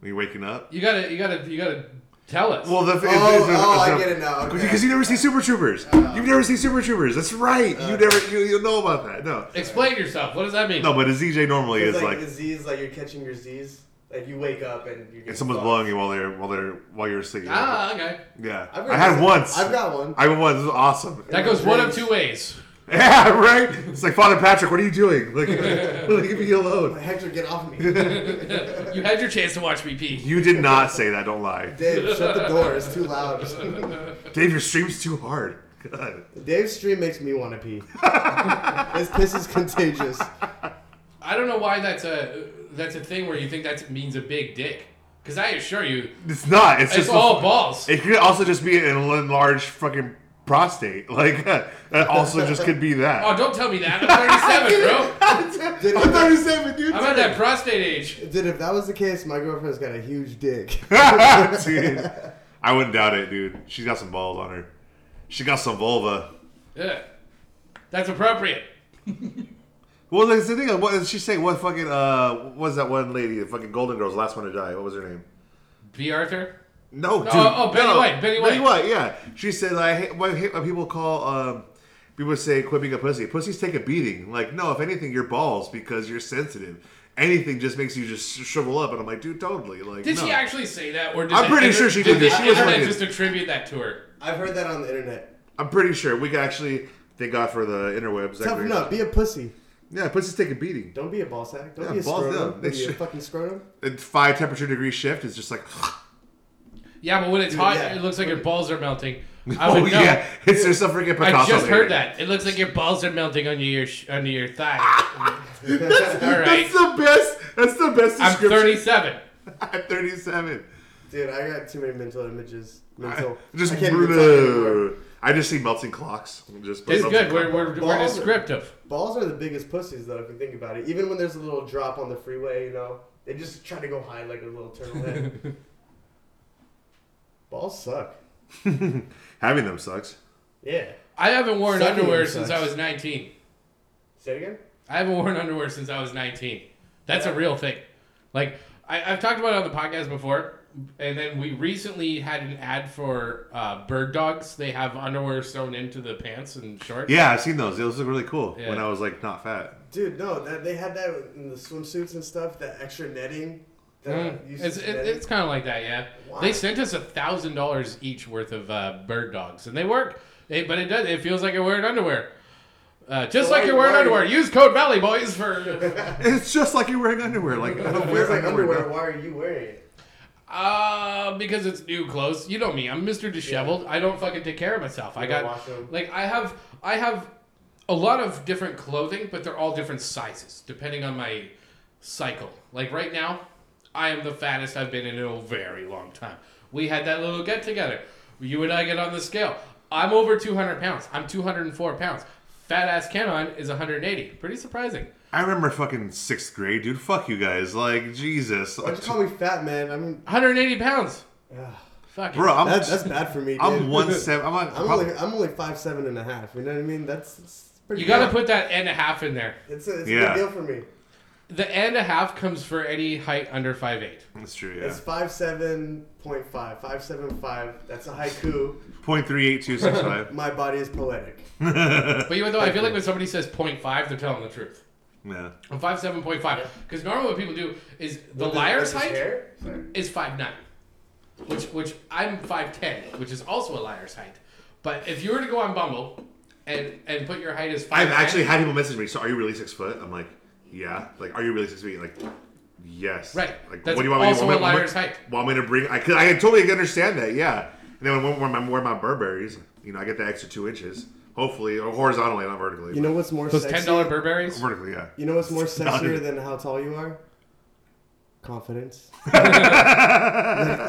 Speaker 2: When you're waking up.
Speaker 1: You gotta, you gotta, you gotta tell us.
Speaker 2: Well, the f-
Speaker 3: Oh, oh, I get it now, okay. Oh.
Speaker 2: Because you never see Super Troopers. You've never seen Super Troopers. That's right. you never. You, you'll know about that. No.
Speaker 1: Explain yourself. What does that mean?
Speaker 2: No, but a ZJ normally
Speaker 3: It's
Speaker 2: is
Speaker 3: like,
Speaker 2: like,
Speaker 3: the Z's, like you're catching your Z's. Like you wake up and you
Speaker 2: if someone's blowing you while they're while they're while you're asleep.
Speaker 1: Ah, okay.
Speaker 2: Yeah.
Speaker 3: I've got
Speaker 2: I had
Speaker 3: this-
Speaker 2: once.
Speaker 3: I've got one.
Speaker 2: I had one. This was awesome.
Speaker 1: That goes one of two ways.
Speaker 2: yeah, right. It's like Father Patrick. What are you doing? Like, leave me alone.
Speaker 3: Hector, get off of me.
Speaker 1: You had your chance to watch me pee.
Speaker 2: You did not say that. Don't lie,
Speaker 3: Dave, shut the door. It's too loud.
Speaker 2: Dave. Your stream's too hard. God.
Speaker 3: Dave's stream makes me want to pee. His piss is contagious.
Speaker 1: I don't know why that's a that's a thing where you think that means a big dick. Because I assure you,
Speaker 2: It's not. It's,
Speaker 1: it's
Speaker 2: just
Speaker 1: all balls.
Speaker 2: It could also just be an enlarged fucking prostate. Like that also just could be that.
Speaker 1: oh, don't tell me that. I'm 37, bro.
Speaker 3: Did
Speaker 2: I'm
Speaker 3: if,
Speaker 2: 37, dude.
Speaker 1: I'm at that prostate age.
Speaker 3: did if that was the case, my girlfriend's got a huge dick.
Speaker 2: Dude, I wouldn't doubt it, dude. She's got some balls on her. She got some vulva.
Speaker 1: Yeah. That's appropriate.
Speaker 2: Well, that's the thing. What did she say? What fucking uh? What was that one lady? The fucking Golden Girls, last one to die. What was her name?
Speaker 1: B. Arthur?
Speaker 2: No, dude.
Speaker 1: oh, Betty
Speaker 2: no.
Speaker 1: White, Betty
Speaker 2: Betty
Speaker 1: White.
Speaker 2: White. Yeah, she said like, I hate, what, I hate when people call um, people say quit being a pussy. Pussies take a beating. Like, no, if anything, your balls because you're sensitive. Anything just makes you just shrivel up. And I'm like, dude, totally. Like,
Speaker 1: Did
Speaker 2: no.
Speaker 1: she actually say that? Or did
Speaker 2: I'm
Speaker 1: the
Speaker 2: pretty sure she did
Speaker 1: the
Speaker 2: this. She was
Speaker 1: internet
Speaker 2: fucking-
Speaker 1: just attribute that to her.
Speaker 3: I've heard that on the internet.
Speaker 2: I'm pretty sure we could actually. Thank God for the interwebs. That
Speaker 3: Toughen
Speaker 2: creates-
Speaker 3: up. Be a pussy.
Speaker 2: Yeah, pussies take a beating.
Speaker 3: Don't be a ball sack. Don't
Speaker 2: Yeah,
Speaker 3: be a
Speaker 2: balls
Speaker 3: scrotum.
Speaker 2: down.
Speaker 3: Don't
Speaker 2: They
Speaker 3: be a
Speaker 2: should-
Speaker 3: fucking scrotum.
Speaker 2: And five temperature degree shift is just like.
Speaker 1: Yeah, but when it's hot,
Speaker 3: yeah.
Speaker 1: it looks like your balls are melting. I
Speaker 2: Oh
Speaker 1: would know.
Speaker 2: yeah, it's there's some freaking Picasso.
Speaker 1: I just
Speaker 2: there.
Speaker 1: heard that. It looks like your balls are melting under your sh- under your thigh. All right.
Speaker 2: That's the best. That's the best
Speaker 1: I'm
Speaker 2: description.
Speaker 1: 37.
Speaker 2: I'm 37.
Speaker 3: Dude, I got too many mental images. Mental.
Speaker 2: Just
Speaker 3: even talk anymore.
Speaker 2: brutal. I just see melting clocks. Just put
Speaker 1: It's
Speaker 2: melting
Speaker 1: good. We're,
Speaker 2: clock.
Speaker 1: we're, we're descriptive.
Speaker 3: Balls are the biggest pussies, though, if you think about it. Even when there's a little drop on the freeway, you know, they just try to go high like a little turtle head. Balls suck.
Speaker 2: Having them sucks.
Speaker 3: Yeah.
Speaker 1: I haven't worn
Speaker 3: Sucking
Speaker 1: underwear
Speaker 3: sucks.
Speaker 1: since I was 19.
Speaker 3: Say it again?
Speaker 1: I haven't worn underwear since I was 19. That's a real thing. Like, I, I've talked about it on the podcast before. And then we recently had an ad for uh, bird dogs. They have underwear sewn into the pants and shorts.
Speaker 2: Yeah, I've seen those. Those look really cool when
Speaker 1: Yeah.
Speaker 2: I was like not fat.
Speaker 3: Dude, no, that, they had that in the swimsuits and stuff, that extra netting. That
Speaker 1: Mm.
Speaker 3: used
Speaker 1: It's,
Speaker 3: as
Speaker 1: it,
Speaker 3: netting.
Speaker 1: it's kind of like that, yeah.
Speaker 3: Why?
Speaker 1: They sent us a thousand dollars each worth of uh, bird dogs, and they work. It, but it does. It feels like you're wearing underwear, uh, just
Speaker 3: So
Speaker 1: like
Speaker 3: why-
Speaker 1: you're wearing
Speaker 3: why-
Speaker 1: underwear. Use code Valley Boys for.
Speaker 2: It's just like you're wearing underwear. Like I don't
Speaker 3: It
Speaker 2: wear
Speaker 3: feels like underwear.
Speaker 2: underwear.
Speaker 3: Why are you wearing it?
Speaker 1: Uh, because it's new clothes. You know me. I'm Mr. Disheveled. I don't fucking take care of myself. I
Speaker 3: don't
Speaker 1: got
Speaker 3: wash 'em.
Speaker 1: like I have I have a lot of different clothing, but they're all different sizes depending on my cycle. Like right now, I am the fattest I've been in a very long time. We had that little get together. You and I get on the scale. I'm over 200 pounds. I'm 204 pounds. Fat ass Canon is 180. Pretty surprising.
Speaker 2: I remember fucking sixth grade, dude. Fuck you guys. Like Jesus,
Speaker 3: Why'd you call me fat, man? I mean,
Speaker 1: 180 pounds.
Speaker 3: ugh.
Speaker 1: Fuck.
Speaker 2: bro. I'm
Speaker 3: that, that's bad for me, dude.
Speaker 2: I'm one seven. I'm, like,
Speaker 3: I'm only, I'm only five seven and a half. You know what I mean? That's, it's pretty.
Speaker 1: You gotta
Speaker 3: good.
Speaker 1: put that and a half in there.
Speaker 3: It's a, it's
Speaker 2: Yeah.
Speaker 3: a big deal for me.
Speaker 1: The and a half comes for any height under 5'8.
Speaker 2: That's true. Yeah.
Speaker 3: It's five seven point five, five seven five. That's a haiku.
Speaker 2: Point three eight two six five.
Speaker 3: My body is poetic.
Speaker 1: But even though I feel like when somebody says 0.5, they're telling the truth.
Speaker 2: Yeah.
Speaker 1: I'm 5'7.5. Because normally what people do is the
Speaker 3: With his-
Speaker 1: liar's
Speaker 3: with his
Speaker 1: height
Speaker 3: hair? Sorry.
Speaker 1: is 5'9, which, which I'm 5'10, which is also a liar's height. But if you were to go on Bumble and, and put your height as 5'9,
Speaker 2: I've actually had people message me. So are you really six foot? I'm like, yeah. Like, are you really six feet? Like, yes.
Speaker 1: Right.
Speaker 2: Like,
Speaker 1: That's
Speaker 2: what do you want me to
Speaker 1: also
Speaker 2: want
Speaker 1: a
Speaker 2: me- want me-
Speaker 1: liar's height.
Speaker 2: Want me to bring? I could. I could totally understand that. Yeah. And then when I'm wearing my Burberry's, you know, I get the extra two inches. Hopefully, or horizontally, not vertically.
Speaker 3: You know what's more
Speaker 1: Those
Speaker 3: sexy?
Speaker 1: $10 Burberries?
Speaker 2: vertically, yeah.
Speaker 3: You know what's more
Speaker 2: not
Speaker 3: sexier
Speaker 2: it.
Speaker 3: than how tall you are? Confidence. Like,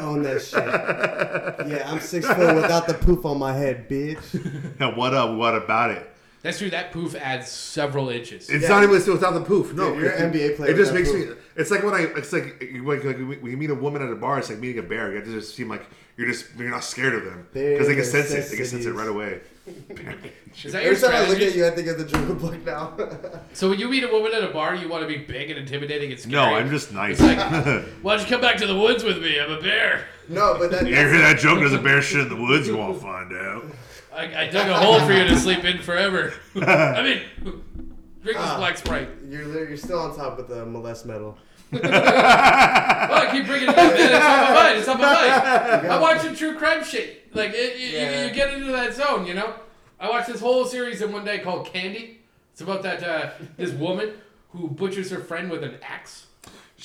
Speaker 3: own that shit. Yeah, I'm six foot without the poof on my head, bitch.
Speaker 2: Now, what up? What about it?
Speaker 1: That's true. That poof adds several inches.
Speaker 2: It's
Speaker 3: Yeah.
Speaker 2: not even it's without the poof. No,
Speaker 3: Dude, you're an
Speaker 2: it-
Speaker 3: NBA player
Speaker 2: It just makes
Speaker 3: without
Speaker 2: me. It's like when I. It's like like, like we, we meet a woman at a bar. It's like meeting a bear. You have to just seem like you're just you're not scared of them because they
Speaker 3: Bear
Speaker 2: can sense it. They can sense it
Speaker 3: necessities.
Speaker 2: right away.
Speaker 1: Is that your
Speaker 3: Every time I look
Speaker 1: strategy?
Speaker 3: at you, I think of the Jungle Book now.
Speaker 1: So when you meet a woman at a bar, you want to be big and intimidating and scary?
Speaker 2: No, I'm just nice.
Speaker 1: It's like, why don't you come back to the woods with me? I'm a bear.
Speaker 3: no, but that,
Speaker 2: You ever hear that joke? There's a bear shit in the woods. You won't find out.
Speaker 1: I, I dug a hole for you to sleep in forever. I mean, drink this black sprite.
Speaker 3: you're lit- you're still on top with the molest medal.
Speaker 1: Oh, I keep bringing it up, man. It's on my mind. It's on my mind. I'm watching true crime shit. Like, it, you- you,
Speaker 3: Yeah.
Speaker 1: you get into that zone, you know? I watched this whole series in one day called Candy. It's about that uh, this woman who butchers her friend with an axe.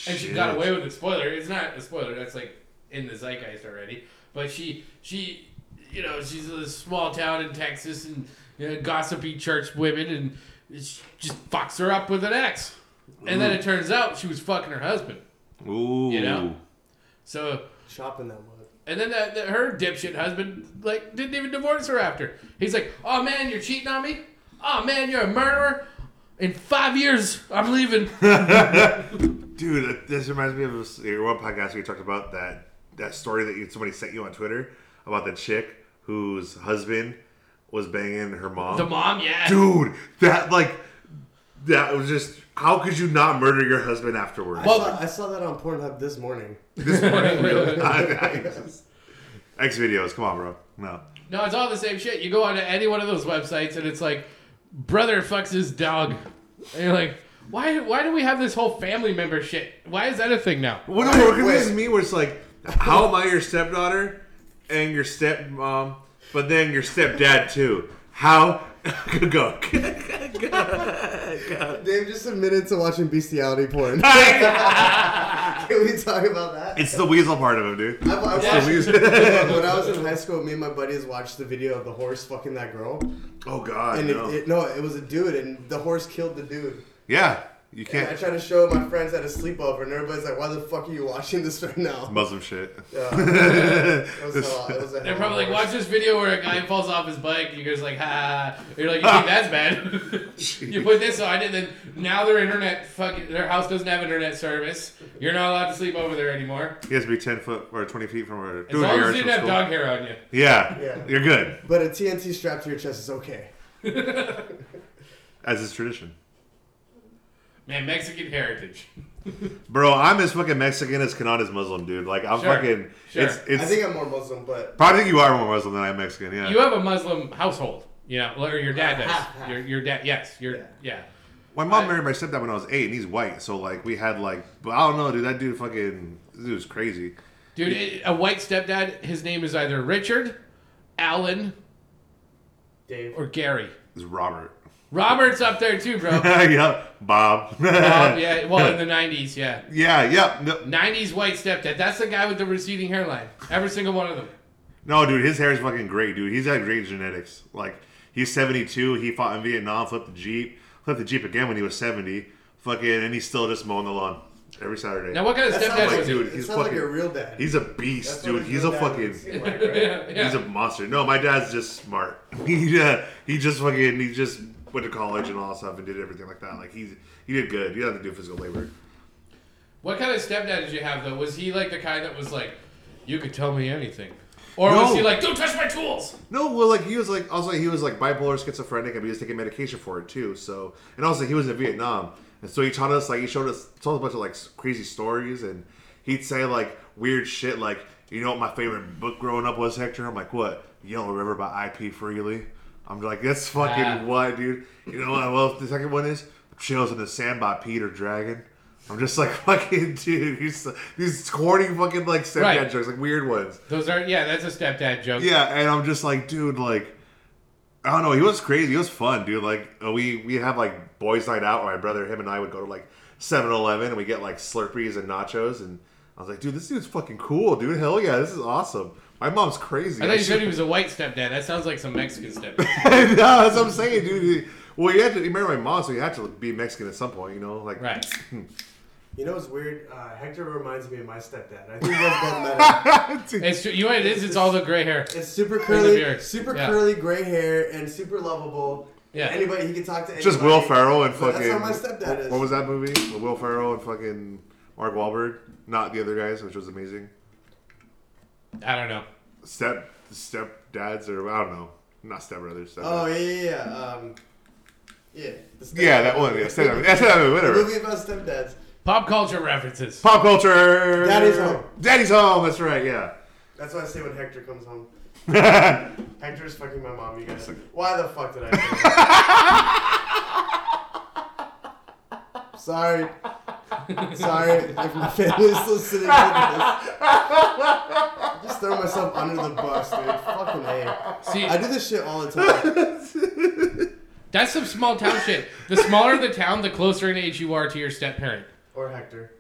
Speaker 1: and she got away with it. Spoiler. It's not a spoiler. That's like in the zeitgeist already. But she, she, you know, she's a small town in Texas, and you know, gossipy church women, and she just fucks her up with an axe. And then it turns out she was fucking her husband.
Speaker 2: Ooh.
Speaker 1: You know? So,
Speaker 3: Shopping that mug.
Speaker 1: and then that, that her dipshit husband like didn't even divorce her after. He's like, "Oh man, you're cheating on me. Oh man, you're a murderer. In five years, I'm leaving."
Speaker 2: Dude, that- this reminds me of this- your one podcast where you talked about that that story that you, somebody sent you on Twitter about the chick whose husband was banging her mom.
Speaker 1: the mom, yeah.
Speaker 2: Dude, that like that was just how could you not murder your husband afterwards?
Speaker 3: I,
Speaker 1: Well-
Speaker 3: saw, I saw that on Pornhub this morning.
Speaker 2: X videos, come on, bro. No.
Speaker 1: No, it's all the same shit. You go onto any one of those websites and it's like, brother fucks his dog. And you're like, why, why do we have this whole family member shit? Why is that a thing now?
Speaker 2: What
Speaker 3: Wait,
Speaker 2: what confuses
Speaker 3: wait.
Speaker 2: me where it's like, how am I your stepdaughter and your stepmom, but then your stepdad too? How go?
Speaker 3: Dave just admitted to watching bestiality porn. Can we talk about that?
Speaker 2: it's the weasel part of him, dude.
Speaker 3: I, I
Speaker 1: Yeah.
Speaker 3: watched, when I was in high school, me and my buddies watched the video of the horse fucking that girl.
Speaker 2: Oh God,
Speaker 3: And
Speaker 2: no.
Speaker 3: It, it, no, it was a dude, and the horse killed the dude.
Speaker 2: yeah, You
Speaker 3: And I
Speaker 2: can't
Speaker 3: try to show my friends at a sleepover, and everybody's like, "Why the fuck are you watching this right now?"
Speaker 2: Muslim shit.
Speaker 3: Yeah. It was a,
Speaker 2: This-
Speaker 3: it was a
Speaker 1: They're probably like,
Speaker 3: hangover.
Speaker 1: watch this video where a guy falls off his bike, and you guys like, ha. You're like, you think that's bad? you put this on, and then now their internet fucking their house doesn't have internet service. You're not allowed to sleep over there anymore.
Speaker 2: He has to be ten foot or twenty feet from where.
Speaker 1: As long as you didn't have dog hair on you.
Speaker 2: Yeah,
Speaker 3: Yeah.
Speaker 2: you're good.
Speaker 3: But a TNT strapped to your chest is okay.
Speaker 2: As is tradition,
Speaker 1: Man, Mexican heritage.
Speaker 2: bro. I'm as fucking Mexican as Kanan is Muslim, dude. Like I'm
Speaker 1: Sure.
Speaker 2: fucking.
Speaker 1: Sure.
Speaker 2: It's, it's,
Speaker 3: I think I'm more Muslim, but
Speaker 2: Probably think you are more Muslim than I'm Mexican. Yeah.
Speaker 1: You have a Muslim household, you know, or your dad
Speaker 3: Half,
Speaker 1: does.
Speaker 3: half.
Speaker 1: Your, your dad, yes, your
Speaker 3: Yeah.
Speaker 1: yeah.
Speaker 2: my mom
Speaker 1: I-
Speaker 2: married my stepdad when I was eight, and he's white. So like we had like, but I don't know, dude. That dude fucking, this dude was crazy.
Speaker 1: Dude, it, a white stepdad. His name is either Richard, Alan,
Speaker 3: Dave.
Speaker 1: or Gary.
Speaker 2: It's Robert.
Speaker 1: Robert's up there too, bro. Bob,
Speaker 2: yeah, Bob.
Speaker 1: yeah, well, in the '90s, yeah.
Speaker 2: yeah, yeah. No,
Speaker 1: 90s white stepdad. That's the guy with the receding hairline. Every single one of them.
Speaker 2: no, dude, his hair is fucking great, dude. He's got great genetics. Like he's 72. He fought in Vietnam, flipped the jeep, flipped the jeep again when he was 70. Fucking, and he's still just mowing the lawn every Saturday.
Speaker 1: Now, what kind of
Speaker 3: That sounds
Speaker 1: stepdad
Speaker 3: like,
Speaker 1: was
Speaker 2: dude,
Speaker 3: it
Speaker 2: he's
Speaker 3: sounds like
Speaker 2: fucking-
Speaker 3: your real dad.
Speaker 2: He's a beast,
Speaker 3: That's what
Speaker 2: dude.
Speaker 3: his
Speaker 2: He's a
Speaker 3: real dad would
Speaker 2: fucking.
Speaker 3: seem like,
Speaker 1: he?
Speaker 3: right?
Speaker 1: Yeah, yeah.
Speaker 2: He's a monster. No, my dad's just smart. he uh, he just fucking he just went to college and all that stuff and did everything like that. Like he's he did good. He doesn't have to do physical labor.
Speaker 1: What kind of stepdad did you have though? Was he like the kind that was like, you could tell me anything, or
Speaker 2: No.
Speaker 1: was he like, don't touch my tools?
Speaker 2: No, well, like he was like also he was like bipolar, schizophrenic, and he was taking medication for it too. So and also he was in Vietnam, and so he taught us like he showed us told us a bunch of like s- crazy stories, and he'd say like weird shit like you know what my favorite book growing up was Hector. I'm like what Yellow River by I.P. Freely. I'm like that's fucking
Speaker 1: Ah.
Speaker 2: what, dude. You know what? Well, the second one is Chills in the Sand by Peter Dragon. I'm just like fucking dude. He's these corny fucking like stepdad
Speaker 1: Right.
Speaker 2: jokes, like weird ones.
Speaker 1: Those are yeah, that's a stepdad joke.
Speaker 2: Yeah, and I'm just like, dude, like, I don't know. He was crazy. He was fun, dude. Like, uh, we we have like boys' night out where my brother, him, and I would go to like 7-Eleven and we get like Slurpees and nachos. And I was like, dude, this dude's fucking cool, dude. Hell yeah, this is awesome. My mom's crazy.
Speaker 1: I thought you said
Speaker 2: She-
Speaker 1: he was a white stepdad. That sounds like some Mexican stepdad.
Speaker 2: no, that's what I'm saying, dude. He- Well, you had to you marry my mom, so you had to be Mexican at some point, you know? Like,
Speaker 1: right.
Speaker 3: You know what's weird? Uh, Hector reminds me of my stepdad. I think you guys both met him.
Speaker 2: Dude,
Speaker 1: It's true. You know what it is? It's all the gray hair.
Speaker 3: It's super
Speaker 1: beard.
Speaker 3: curly, super
Speaker 1: Yeah.
Speaker 3: curly gray hair, and super lovable.
Speaker 1: Yeah.
Speaker 3: Anybody he can talk to. Anybody.
Speaker 2: just Will Ferrell and
Speaker 3: But
Speaker 2: fucking.
Speaker 3: that's how my stepdad is.
Speaker 2: What was that movie? With Will Ferrell and fucking Mark Wahlberg, not the other guys, which was amazing.
Speaker 1: I don't know.
Speaker 2: step step dads or I don't know, not step brothers. Step
Speaker 3: Oh yeah, yeah, yeah. Um, yeah. the stepdad.
Speaker 2: yeah, that one. Yeah, step that's that one,
Speaker 3: The
Speaker 2: whatever.
Speaker 3: movie about stepdads.
Speaker 1: Pop culture references.
Speaker 2: Pop culture.
Speaker 3: Daddy's home.
Speaker 2: Daddy's home. That's right. Yeah.
Speaker 3: That's what I say when Hector comes home.
Speaker 2: That's
Speaker 3: Hector's fucking my mom, you guys.
Speaker 2: That's
Speaker 3: Why the fuck did I say that? Sorry. Sorry if my family's listening to this. Just throw myself under the bus, dude. Fucking A.
Speaker 1: See,
Speaker 3: I do this shit all the time.
Speaker 1: that's some small town shit. The smaller the town, the closer in age you are to your step parent.
Speaker 3: Or Hector.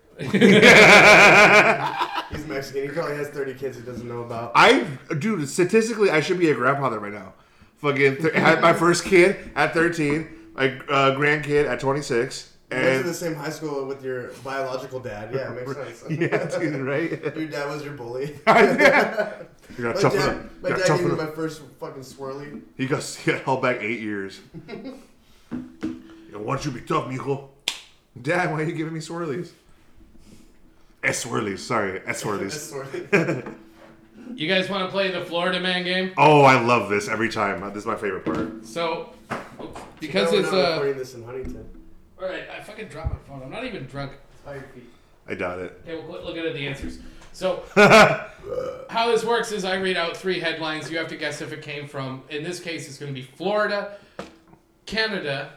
Speaker 3: He's Mexican. He probably has 30 kids he doesn't know about.
Speaker 2: I dude, statistically, I should be a grandfather right now. Fucking th- had my first kid at thirteen, my uh, grandkid at twenty six,
Speaker 3: You went to the
Speaker 2: and
Speaker 3: same high school with your biological dad. Yeah, it makes sense.
Speaker 2: yeah, dude, right.
Speaker 3: Your dad was your bully.
Speaker 2: You got
Speaker 3: My
Speaker 2: toughen
Speaker 3: dad,
Speaker 2: up.
Speaker 3: my
Speaker 2: You got
Speaker 3: dad gave me
Speaker 2: toughen
Speaker 3: my
Speaker 2: up.
Speaker 3: first fucking swirly.
Speaker 2: He got he got held back eight years. yeah, why don't you be tough, mijo? Dad, why are you giving me swirlies? S swirlies, sorry, S
Speaker 3: That's
Speaker 2: swirlies.
Speaker 3: swirly.
Speaker 1: You guys want to play the Florida Man game?
Speaker 2: Oh, I love this every time. This is my favorite part.
Speaker 1: So, because
Speaker 3: Now we're
Speaker 1: it's
Speaker 3: not
Speaker 1: uh,
Speaker 3: recording this in Huntington.
Speaker 1: all right. I fucking dropped my phone. I'm not even drunk.
Speaker 3: Tired feet.
Speaker 2: I doubt it.
Speaker 1: Okay, we'll quit looking at the answers. So, how this works is I read out three headlines. You have to guess if it came from. In this case, it's going to be Florida, Canada,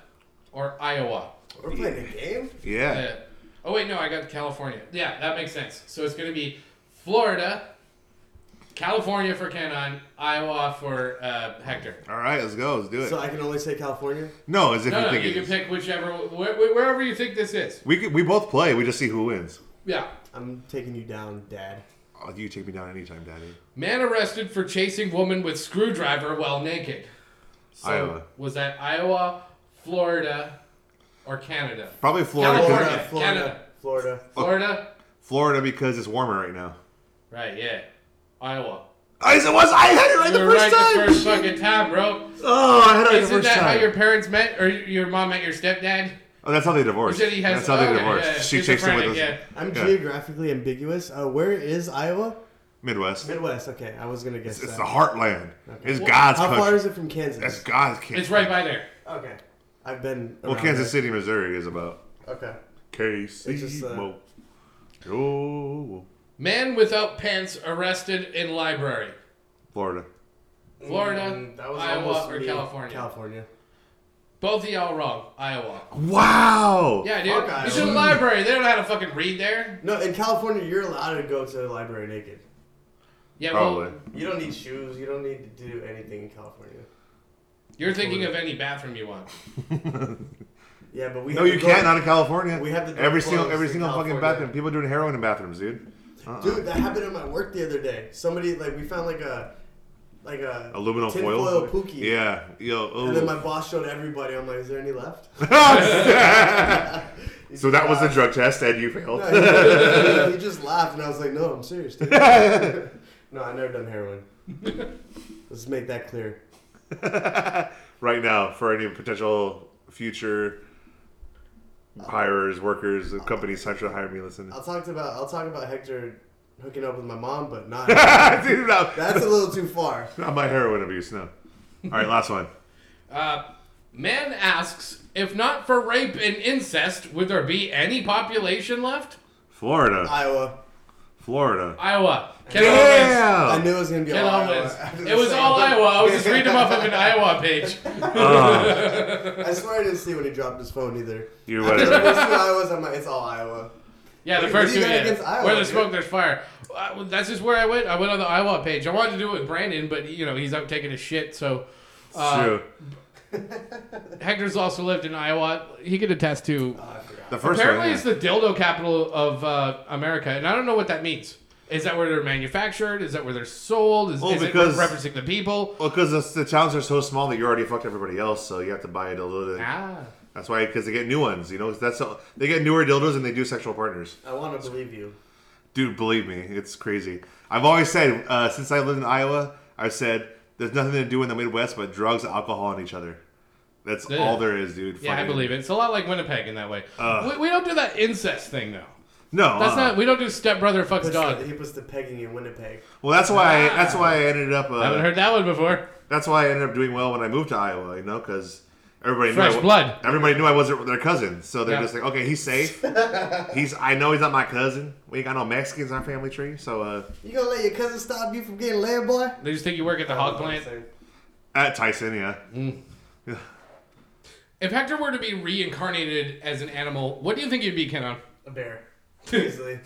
Speaker 1: or Iowa.
Speaker 3: We're playing a game.
Speaker 2: Yeah.
Speaker 1: Uh, oh wait, no, I got California. Yeah, that makes sense. So it's going to be Florida, California for Canon, Iowa for uh, Hector.
Speaker 2: All right, let's go. Let's do it.
Speaker 3: So I can only say California.
Speaker 2: no, as if
Speaker 1: No,
Speaker 2: you
Speaker 1: no,
Speaker 2: think
Speaker 1: you
Speaker 2: it
Speaker 1: can
Speaker 2: is.
Speaker 1: pick whichever, wh- wh- wherever you think this is.
Speaker 2: we could, we both play. We just see who wins.
Speaker 1: Yeah.
Speaker 3: I'm taking you down, Dad.
Speaker 2: Oh, you take me down anytime, Daddy.
Speaker 1: Man arrested for chasing woman with screwdriver while naked. So
Speaker 2: Iowa.
Speaker 1: was that Iowa, Florida, or Canada?
Speaker 2: Probably Florida. 'cause-
Speaker 1: California.
Speaker 3: Florida, Florida, Florida.
Speaker 1: Florida?
Speaker 2: Florida because it's warmer right now.
Speaker 1: Right, yeah. Iowa.
Speaker 2: I said, was I had it right
Speaker 1: You
Speaker 2: the
Speaker 1: were right
Speaker 2: first
Speaker 1: the
Speaker 2: time.
Speaker 1: first fucking time, bro.
Speaker 2: Oh, I had it right the
Speaker 1: Isn't
Speaker 2: first
Speaker 1: that how your
Speaker 2: time.
Speaker 1: parents met, or your mom met your stepdad?
Speaker 2: Oh, that's how they divorced.
Speaker 1: You said he has-
Speaker 2: That's how they
Speaker 1: okay,
Speaker 2: divorced.
Speaker 1: yeah,
Speaker 2: she chased him with the
Speaker 1: schizophrenic,
Speaker 3: I'm
Speaker 2: Yeah.
Speaker 3: geographically ambiguous. Uh, where is Iowa?
Speaker 2: Midwest.
Speaker 3: Midwest. Okay, I was gonna guess
Speaker 2: It's, it's
Speaker 3: that.
Speaker 2: the heartland. It's
Speaker 3: Well,
Speaker 2: God's
Speaker 3: How
Speaker 2: country.
Speaker 3: far is it from Kansas?
Speaker 2: That's God's country.
Speaker 1: It's right by there.
Speaker 3: Okay, I've been.
Speaker 2: Well,
Speaker 3: around
Speaker 2: Kansas
Speaker 3: there.
Speaker 2: City, Missouri is about
Speaker 3: Okay.
Speaker 2: KC.
Speaker 3: It's just, uh,
Speaker 2: Mo. Oh,
Speaker 1: Man without pants arrested in library.
Speaker 2: Florida.
Speaker 1: Florida,
Speaker 3: Mm, that was
Speaker 1: Iowa,
Speaker 3: almost
Speaker 1: or
Speaker 3: me.
Speaker 1: California.
Speaker 3: California.
Speaker 1: Both of y'all wrong. Iowa.
Speaker 2: Oh, Wow.
Speaker 1: Yeah, dude.
Speaker 3: Fuck
Speaker 1: you should
Speaker 3: Iowa.
Speaker 1: library. They don't know how to fucking read there.
Speaker 3: No, in California, you're allowed to go to the library naked.
Speaker 1: Yeah,
Speaker 2: Probably.
Speaker 1: well,
Speaker 3: You don't need shoes. You don't need to do anything in California.
Speaker 1: you're thinking of any bathroom you want.
Speaker 3: Yeah, but we.
Speaker 2: no,
Speaker 3: have
Speaker 2: you
Speaker 3: to go-
Speaker 2: can't. Not in California.
Speaker 3: we have the
Speaker 2: every
Speaker 3: door
Speaker 2: single
Speaker 3: closed
Speaker 2: every
Speaker 3: in
Speaker 2: single fucking
Speaker 3: California.
Speaker 2: bathroom. People doing heroin in bathrooms, dude. Uh-uh.
Speaker 3: Dude, that happened at my work the other day. Somebody like we found like a like a
Speaker 2: Aluminum
Speaker 3: tin
Speaker 2: foil.
Speaker 3: pookie.
Speaker 2: Yeah. Yo. Oh.
Speaker 3: And then my Ah, boss showed everybody. I'm like, is there any left? He
Speaker 2: so that was the
Speaker 3: laughed.
Speaker 2: drug test, and you failed.
Speaker 3: No, he- he just laughed, and I was like, no, I'm serious. Dude. no, I never done heroin. Let's make that clear.
Speaker 2: right now, for any potential future hirers, workers, companies trying to hire me, listen.
Speaker 3: I'll talk about I'll talk about Hector hooking up with my mom, but not.
Speaker 2: Dude, no.
Speaker 3: That's a little too far.
Speaker 2: Not my heroin abuse, no. All right, last one.
Speaker 1: Uh, man asks, if not for rape and incest, would there be any population left?
Speaker 2: Florida.
Speaker 3: Iowa.
Speaker 2: Florida.
Speaker 1: Iowa. Ken Owens.
Speaker 3: I
Speaker 2: Damn!
Speaker 3: knew it was gonna be
Speaker 1: Ken
Speaker 3: all Iowa.
Speaker 1: Owens.
Speaker 3: after the
Speaker 1: It was
Speaker 3: second
Speaker 1: all
Speaker 3: one.
Speaker 1: Iowa. I was just reading them off of an Iowa page.
Speaker 2: Uh,
Speaker 3: I swear I didn't see when he dropped his phone either.
Speaker 2: you
Speaker 3: The
Speaker 1: Uh,
Speaker 2: whatever.
Speaker 3: first two Iowas, I'm like, it's all Iowa.
Speaker 1: Yeah, the
Speaker 3: What-
Speaker 1: first
Speaker 3: what
Speaker 1: two.
Speaker 3: do you got
Speaker 1: Yeah.
Speaker 3: against Iowa,
Speaker 1: Where there's
Speaker 3: dude?
Speaker 1: smoke, there's fire. Uh, well, that's just where I went. I went on the Iowa page. I wanted to do it with Brandon, but you know he's out taking a shit. So uh,
Speaker 2: True.
Speaker 1: Hector's also lived in Iowa. He could attest to.
Speaker 3: Oh, I forgot.
Speaker 2: The first
Speaker 1: apparently,
Speaker 2: one.
Speaker 1: it's the dildo capital of uh, America, and I don't know what that means. Is that where they're manufactured? Is that where they're sold? Is,
Speaker 2: Well,
Speaker 1: is
Speaker 2: because-
Speaker 1: it referencing the people?
Speaker 2: Well, because the towns are so small that you already fucked everybody else, so you have to buy it a little.
Speaker 1: Ah,
Speaker 2: That's why, because they get new ones. You know, that's how, they get newer dildos and they do sexual partners.
Speaker 3: I want to believe you.
Speaker 2: Dude, believe me, it's crazy. I've always said uh, since I lived in Iowa, I've said there's nothing to do in the Midwest but drugs, alcohol, and each other. That's
Speaker 1: Yeah.
Speaker 2: all there is, dude.
Speaker 1: yeah, I believe it. It's a lot like Winnipeg in that way. we, we don't do that incest thing though.
Speaker 2: No,
Speaker 1: That's
Speaker 2: uh,
Speaker 1: not. We don't do stepbrother fucks
Speaker 3: Puts
Speaker 1: dog.
Speaker 3: the, he puts the pegging in Winnipeg.
Speaker 2: well. That's why. that's why I ended up.
Speaker 1: I Ah. haven't
Speaker 2: Uh,
Speaker 1: heard that one before.
Speaker 2: that's why I ended up doing well when I moved to Iowa. You know, because everybody
Speaker 1: Fresh
Speaker 2: knew I, wa-
Speaker 1: blood.
Speaker 2: Everybody knew I wasn't their cousin, so they're
Speaker 1: Yeah.
Speaker 2: just like, okay, he's safe. he's. I know he's not my cousin. We ain't got no Mexicans in our family tree, so uh,
Speaker 3: You gonna let your cousin stop you from getting laid, boy?
Speaker 1: They just think you work at the hog plant.
Speaker 2: at Tyson, yeah.
Speaker 1: If Hector were to be reincarnated as an animal, what do you think he'd be, Kenon?
Speaker 3: A bear. Grizzly.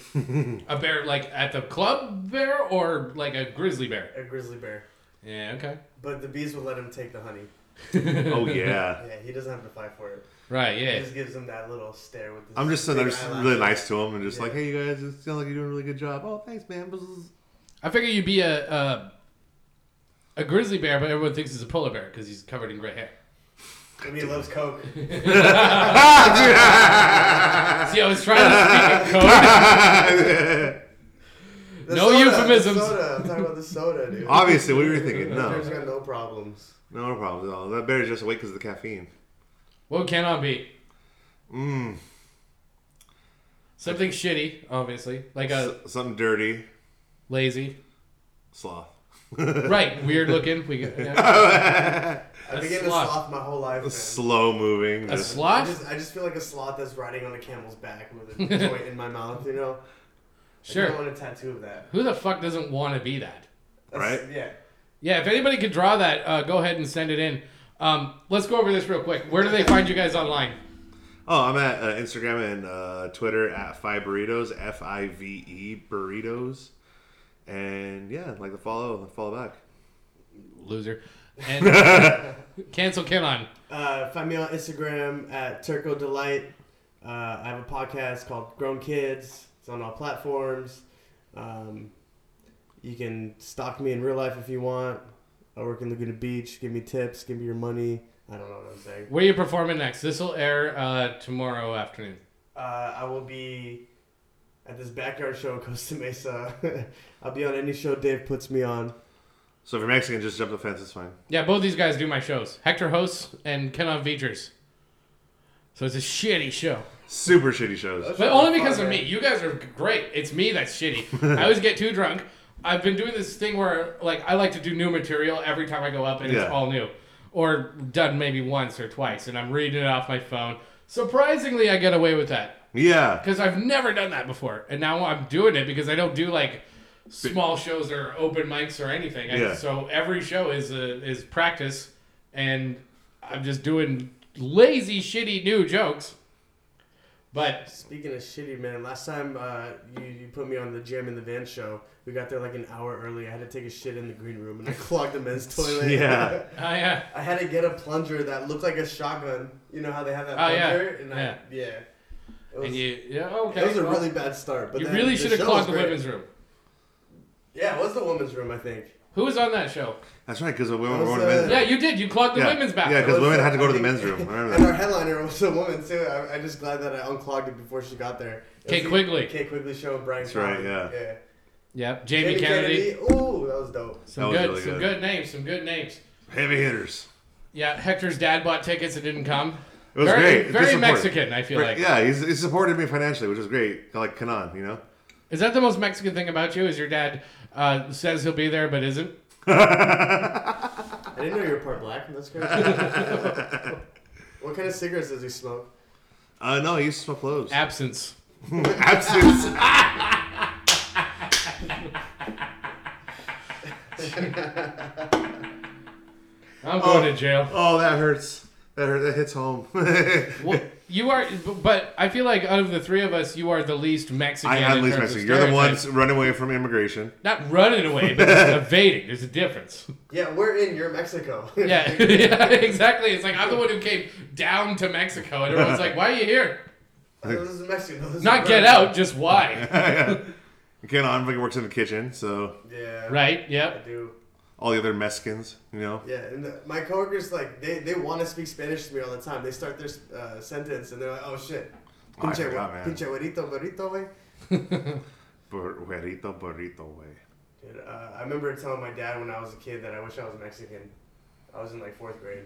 Speaker 1: A bear, like at the club bear, or like a grizzly bear?
Speaker 3: a grizzly bear.
Speaker 1: Yeah, okay.
Speaker 3: But the bees will let him take the honey.
Speaker 2: Oh yeah.
Speaker 3: Yeah, he doesn't have to fight for it.
Speaker 1: Right,
Speaker 3: He
Speaker 1: yeah.
Speaker 3: just gives him that little stare with his
Speaker 2: I'm just,
Speaker 3: big
Speaker 2: I'm just
Speaker 3: eyelashes.
Speaker 2: really nice to him and just
Speaker 3: Yeah.
Speaker 2: like, hey, you guys, it sounds like you're doing a really good job. Oh, thanks, man.
Speaker 1: I figure you'd be a a, a grizzly bear, but everyone thinks he's a polar bear because he's covered in gray hair.
Speaker 3: And he loves Coke.
Speaker 1: See, I was trying to speak in code.
Speaker 3: The
Speaker 1: No
Speaker 3: soda,
Speaker 1: euphemisms.
Speaker 3: The soda. I'm talking about the soda, dude.
Speaker 2: Obviously, what were you thinking?
Speaker 3: Bears
Speaker 2: No,
Speaker 3: got no problems.
Speaker 2: no problem at all. That bear's just awake because of the caffeine.
Speaker 1: What can I be? Mmm. Something shitty, obviously, like a
Speaker 2: S- something dirty,
Speaker 1: lazy,
Speaker 2: sloth.
Speaker 1: right? Weird looking. We get, yeah.
Speaker 3: I've been getting a
Speaker 1: sloth.
Speaker 3: sloth my whole life. Man.
Speaker 2: Slow moving.
Speaker 1: a
Speaker 2: Just,
Speaker 3: I
Speaker 1: sloth.
Speaker 3: just, I just feel like a sloth that's riding on a camel's back with a joint in my mouth, you know? I
Speaker 1: Sure.
Speaker 3: don't want a tattoo of that.
Speaker 1: Who the fuck doesn't want to be that?
Speaker 3: That's-
Speaker 2: Right?
Speaker 3: Yeah.
Speaker 1: Yeah, if anybody could draw that, uh, go ahead and send it in. Um, let's go over this real quick. Where do they find you guys online?
Speaker 2: oh, I'm at uh, Instagram and uh, Twitter at Five Burritos, F I V E Burritos. And yeah, like the follow, follow back.
Speaker 1: Loser. And cancel Kenon.
Speaker 3: Uh, find me on Instagram at Turco Delight. Uh, I have a podcast called Grown Kids. It's on all platforms. Um, you can stalk me in real life if you want. I work in Laguna Beach. Give me tips. Give me your money. I don't know what I'm saying.
Speaker 1: Where are you performing next? This will air uh, tomorrow afternoon.
Speaker 3: Uh, I will be at this backyard show, in Costa Mesa. I'll be on any show Dave puts me on.
Speaker 2: So if you're Mexican, just jump the fence. It's fine.
Speaker 1: Yeah, both these guys do my shows. Hector hosts and Kenon features. So it's a shitty show.
Speaker 2: Super shitty shows.
Speaker 1: But only because of me. You guys are great. It's me that's shitty. I always get too drunk. I've been doing this thing where like I like to do new material every time I go up and
Speaker 2: Yeah.
Speaker 1: it's all new. Or done maybe once or twice and I'm reading it off my phone. Surprisingly I get away with that.
Speaker 2: Yeah.
Speaker 1: Because I've never done that before. And now I'm doing it because I don't do like small shows or open mics or anything. I-
Speaker 2: Yeah.
Speaker 1: so every show is a, is practice and I'm just doing lazy, shitty new jokes. But
Speaker 3: Speaking of shitty, man, last time uh, you, you put me on the Jam in the Van show, we got there like an hour early. I had to take a shit in the green room and I clogged the men's toilet.
Speaker 2: Yeah.
Speaker 1: I, uh,
Speaker 3: I had to get a plunger that looked like a shotgun. You know how they have that
Speaker 1: Oh, yeah.
Speaker 3: plunger? And I, yeah. It was,
Speaker 1: and you, yeah, okay.
Speaker 3: it was a
Speaker 1: well,
Speaker 3: really bad start. But
Speaker 1: you
Speaker 3: then
Speaker 1: really
Speaker 3: the
Speaker 1: should have
Speaker 3: show
Speaker 1: clogged the
Speaker 3: was great.
Speaker 1: women's room.
Speaker 3: Yeah, it was the women's room, I think.
Speaker 1: Who was on that show?
Speaker 2: That's right, because the women were
Speaker 3: That
Speaker 2: going
Speaker 3: was,
Speaker 2: to men's
Speaker 3: uh,
Speaker 2: room.
Speaker 1: Yeah, you did. You clogged the
Speaker 2: Yeah.
Speaker 1: women's bathroom.
Speaker 2: Yeah, 'cause
Speaker 3: It was,
Speaker 2: women had to go
Speaker 3: I
Speaker 2: to the
Speaker 3: think-
Speaker 2: men's room. I remember
Speaker 3: and
Speaker 2: that.
Speaker 3: our headliner was a woman too. I, I'm just glad that I unclogged it before she got there. It
Speaker 1: Kate
Speaker 3: was the
Speaker 1: Quigley.
Speaker 3: Kate Quigley show. Brian.
Speaker 2: That's right,
Speaker 3: Fallon.
Speaker 2: yeah.
Speaker 3: Yeah.
Speaker 1: Yep. Jamie, Kennedy.
Speaker 3: Ooh, that was dope.
Speaker 1: Some
Speaker 2: That was
Speaker 1: good,
Speaker 2: really
Speaker 1: some
Speaker 2: good.
Speaker 1: good names, some good names.
Speaker 2: Heavy hitters.
Speaker 1: Yeah, Hector's dad bought tickets and didn't come.
Speaker 2: It was
Speaker 1: very,
Speaker 2: great. Good
Speaker 1: Very
Speaker 2: support.
Speaker 1: Mexican, I feel like.
Speaker 2: Yeah, he's, he supported me financially, which is great. Like Kanan, you know.
Speaker 1: Is that the most Mexican thing about you? Is your dad uh, says he'll be there but isn't?
Speaker 3: I didn't know you were part black. That's crazy. what kind of cigarettes does he smoke?
Speaker 2: Uh, no, he used to smoke cloves.
Speaker 1: Absence.
Speaker 2: Absence.
Speaker 1: I'm going to jail.
Speaker 2: Oh, that hurts. That hurt. That hits home.
Speaker 1: Well, you are, but I feel like out of the three of us, you are the least Mexican.
Speaker 2: I am
Speaker 1: in
Speaker 2: least
Speaker 1: terms of
Speaker 2: Mexican. You're the
Speaker 1: stereotypes.
Speaker 2: ones running away from immigration.
Speaker 1: not running away, but just evading. There's a difference.
Speaker 3: Yeah, we're in. You're Mexico.
Speaker 1: Yeah, yeah, exactly. It's like I'm the one who came down to Mexico, and everyone's like, "Why are you here?
Speaker 3: this is Mexico. This is
Speaker 1: Not get
Speaker 3: America.
Speaker 1: out, just why?"
Speaker 2: Kanan fucking works in the kitchen, so
Speaker 3: Yeah.
Speaker 1: Right?
Speaker 3: I
Speaker 1: Yep.
Speaker 3: do.
Speaker 2: all the other Mexicans, you know.
Speaker 3: Yeah, and the, my coworkers like they, they want to speak Spanish to me all the time. They start their uh, sentence and they're like, "Oh shit,
Speaker 2: Oh, I
Speaker 3: pinche, oh,
Speaker 2: forgot, man.
Speaker 3: pinche güerito, burrito, way."
Speaker 2: Bur- Burrito, burrito, way.
Speaker 3: Dude, uh, I remember telling my dad when I was a kid that I wish I was Mexican. I was in like fourth grade,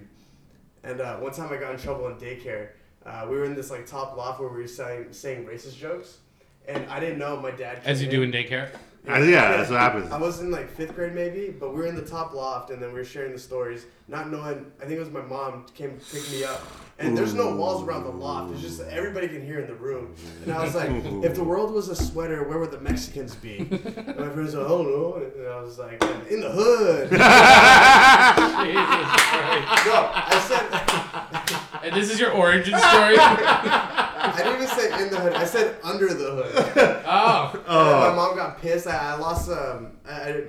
Speaker 3: and uh, one time I got in trouble in daycare. Uh, we were in this like top loft where we were saying, saying racist jokes, and I didn't know my dad.
Speaker 1: As you
Speaker 3: came
Speaker 1: do in daycare.
Speaker 2: Uh, yeah, that's what happens.
Speaker 3: I was in like fifth grade maybe, but we were in the top loft and then we were sharing the stories, not knowing. I think it was my mom came to pick me up, and there's no walls around the loft. It's just everybody can hear in the room. And I was like, if the world was a sweater, where would the Mexicans be? And my friends were, like, oh no, and I was like, in the hood. no,
Speaker 1: Jesus Christ.
Speaker 3: I said,
Speaker 1: And this is your origin story.
Speaker 3: I didn't even say in the hood. I said under the hood.
Speaker 1: Oh,
Speaker 3: And then my mom got pissed. I, I lost. Um, I, I,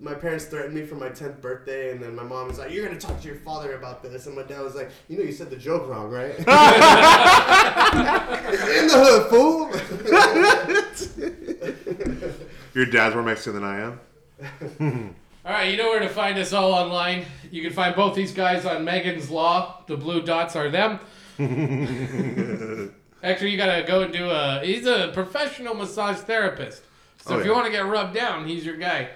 Speaker 3: my parents threatened me for my tenth birthday, and then my mom was like, "You're gonna talk to your father about this." And my dad was like, "You know, you said the joke wrong, right?" it's in the hood, fool.
Speaker 2: Your dad's more Mexican than I am.
Speaker 1: all right. You know where to find us all online. You can find both these guys on Megan's Law. The blue dots are them. Actually, you gotta go and do a. He's a professional massage therapist. So
Speaker 2: Oh,
Speaker 1: if you
Speaker 2: yeah.
Speaker 1: want to get rubbed down, he's your guy.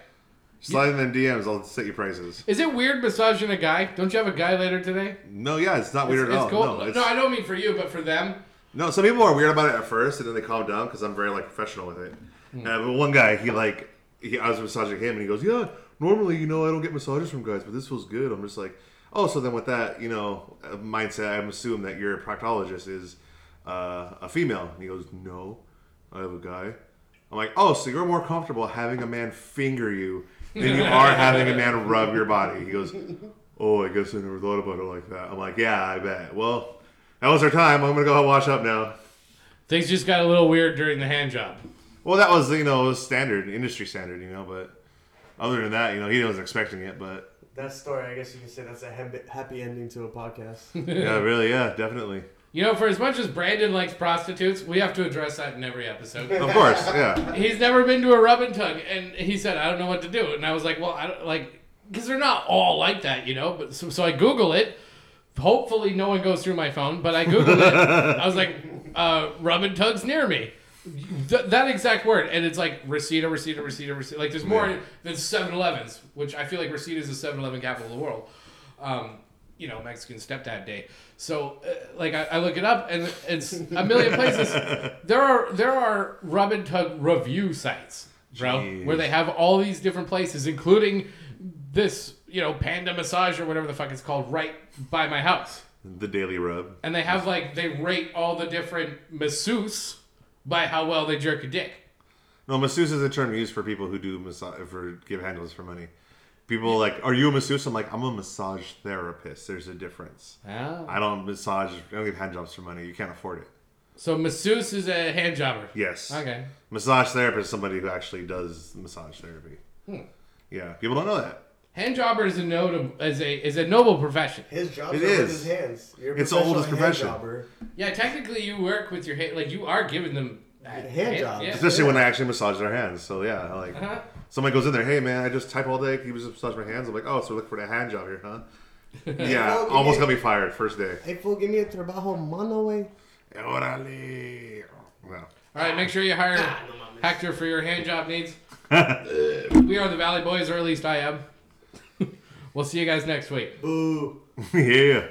Speaker 2: Slide in them DMs. I'll set you prices.
Speaker 1: Is it weird massaging a guy? Don't you have a guy later today?
Speaker 2: No, yeah, it's not weird
Speaker 1: It's
Speaker 2: at all.
Speaker 1: cool.
Speaker 2: No, it's,
Speaker 1: I don't mean for you, but for them.
Speaker 2: No, some people are weird about it at first, and then they calm down because I'm very like professional with it. Uh, but one guy, he like, he, I was massaging him, and he goes, "Yeah, normally, you know, I don't get massages from guys, but this feels good." I'm just like, "Oh, so then with that, you know, uh, mindset, I'm assuming that your proctologist is uh, a female." And he goes, "No, I have a guy." I'm like, "Oh, so you're more comfortable having a man finger you than you are having a man rub your body?" He goes, "Oh, I guess I never thought about it like that." I'm like, "Yeah, I bet." Well. That was our time. I'm gonna go and wash up now.
Speaker 1: Things just got a little weird during the hand job.
Speaker 2: Well, that was you know it was standard industry standard, you know. But other than that, you know, he wasn't expecting it. But
Speaker 3: that story, I guess you could say that's a hab- happy ending to a podcast.
Speaker 2: yeah, really, yeah, definitely,
Speaker 1: You know, for as much as Brandon likes prostitutes, we have to address that in every episode.
Speaker 2: of course, yeah.
Speaker 1: He's never been to a rub and tug, and he said, "I don't know what to do." And I was like, "Well, I don't like because they're not all like that, you know." But so, so I Google it. Hopefully, no one goes through my phone, but I Googled it. I was like, uh, rub and tugs near me. Th- that exact word. And it's like Reseda, Reseda, Reseda, Reseda. Like, there's more
Speaker 2: Yeah.
Speaker 1: than 7 Elevens, which I feel like Reseda is the 7 Eleven capital of the world. Um, you know, Mexican stepdad day. So, uh, like, I, I look it up, and it's a million places. there are there are rub and tug review sites, bro,
Speaker 2: Jeez.
Speaker 1: where they have all these different places, including this, you know, Panda Massage or whatever the fuck it's called, right by my house.
Speaker 2: The Daily Rub.
Speaker 1: And they have like they rate all the different masseuse by how well they jerk a dick.
Speaker 2: No, masseuse is a term used for people who do massage for give handles for money. People like, are you a masseuse? I'm like, I'm a massage therapist. There's a difference. I don't massage. I don't give hand jobs for money. You can't afford it.
Speaker 1: So masseuse is a hand jobber.
Speaker 2: Yes.
Speaker 1: Okay.
Speaker 2: Massage therapist is somebody who actually does massage therapy. Yeah, people don't know that.
Speaker 1: Hand jobber is a note is a is a noble profession.
Speaker 3: His job
Speaker 2: It
Speaker 3: is with
Speaker 2: is.
Speaker 3: his hands. You're a
Speaker 2: It's the oldest
Speaker 3: professional
Speaker 2: profession.
Speaker 3: Hand jobber.
Speaker 1: Yeah, technically you work with your hand like you are giving them
Speaker 3: Hand
Speaker 1: hand-
Speaker 3: jobs.
Speaker 1: yeah.
Speaker 2: Especially when I actually massage their hands. So yeah, I like
Speaker 1: Uh-huh.
Speaker 2: somebody goes in there, hey man, I just type all day. Can you just massage my hands? I'm like, oh, so we're looking for that hand job here, huh? Yeah,
Speaker 3: Well,
Speaker 2: almost
Speaker 3: it-
Speaker 2: got me fired first day.
Speaker 3: Hey fool, give me a trabajo mano way.
Speaker 2: Orale. Wow.
Speaker 1: All right, make sure you hire Hector for your hand job needs. we are the Valley Boys, or at least I am. we'll see you guys next week.
Speaker 3: Boo.
Speaker 2: yeah.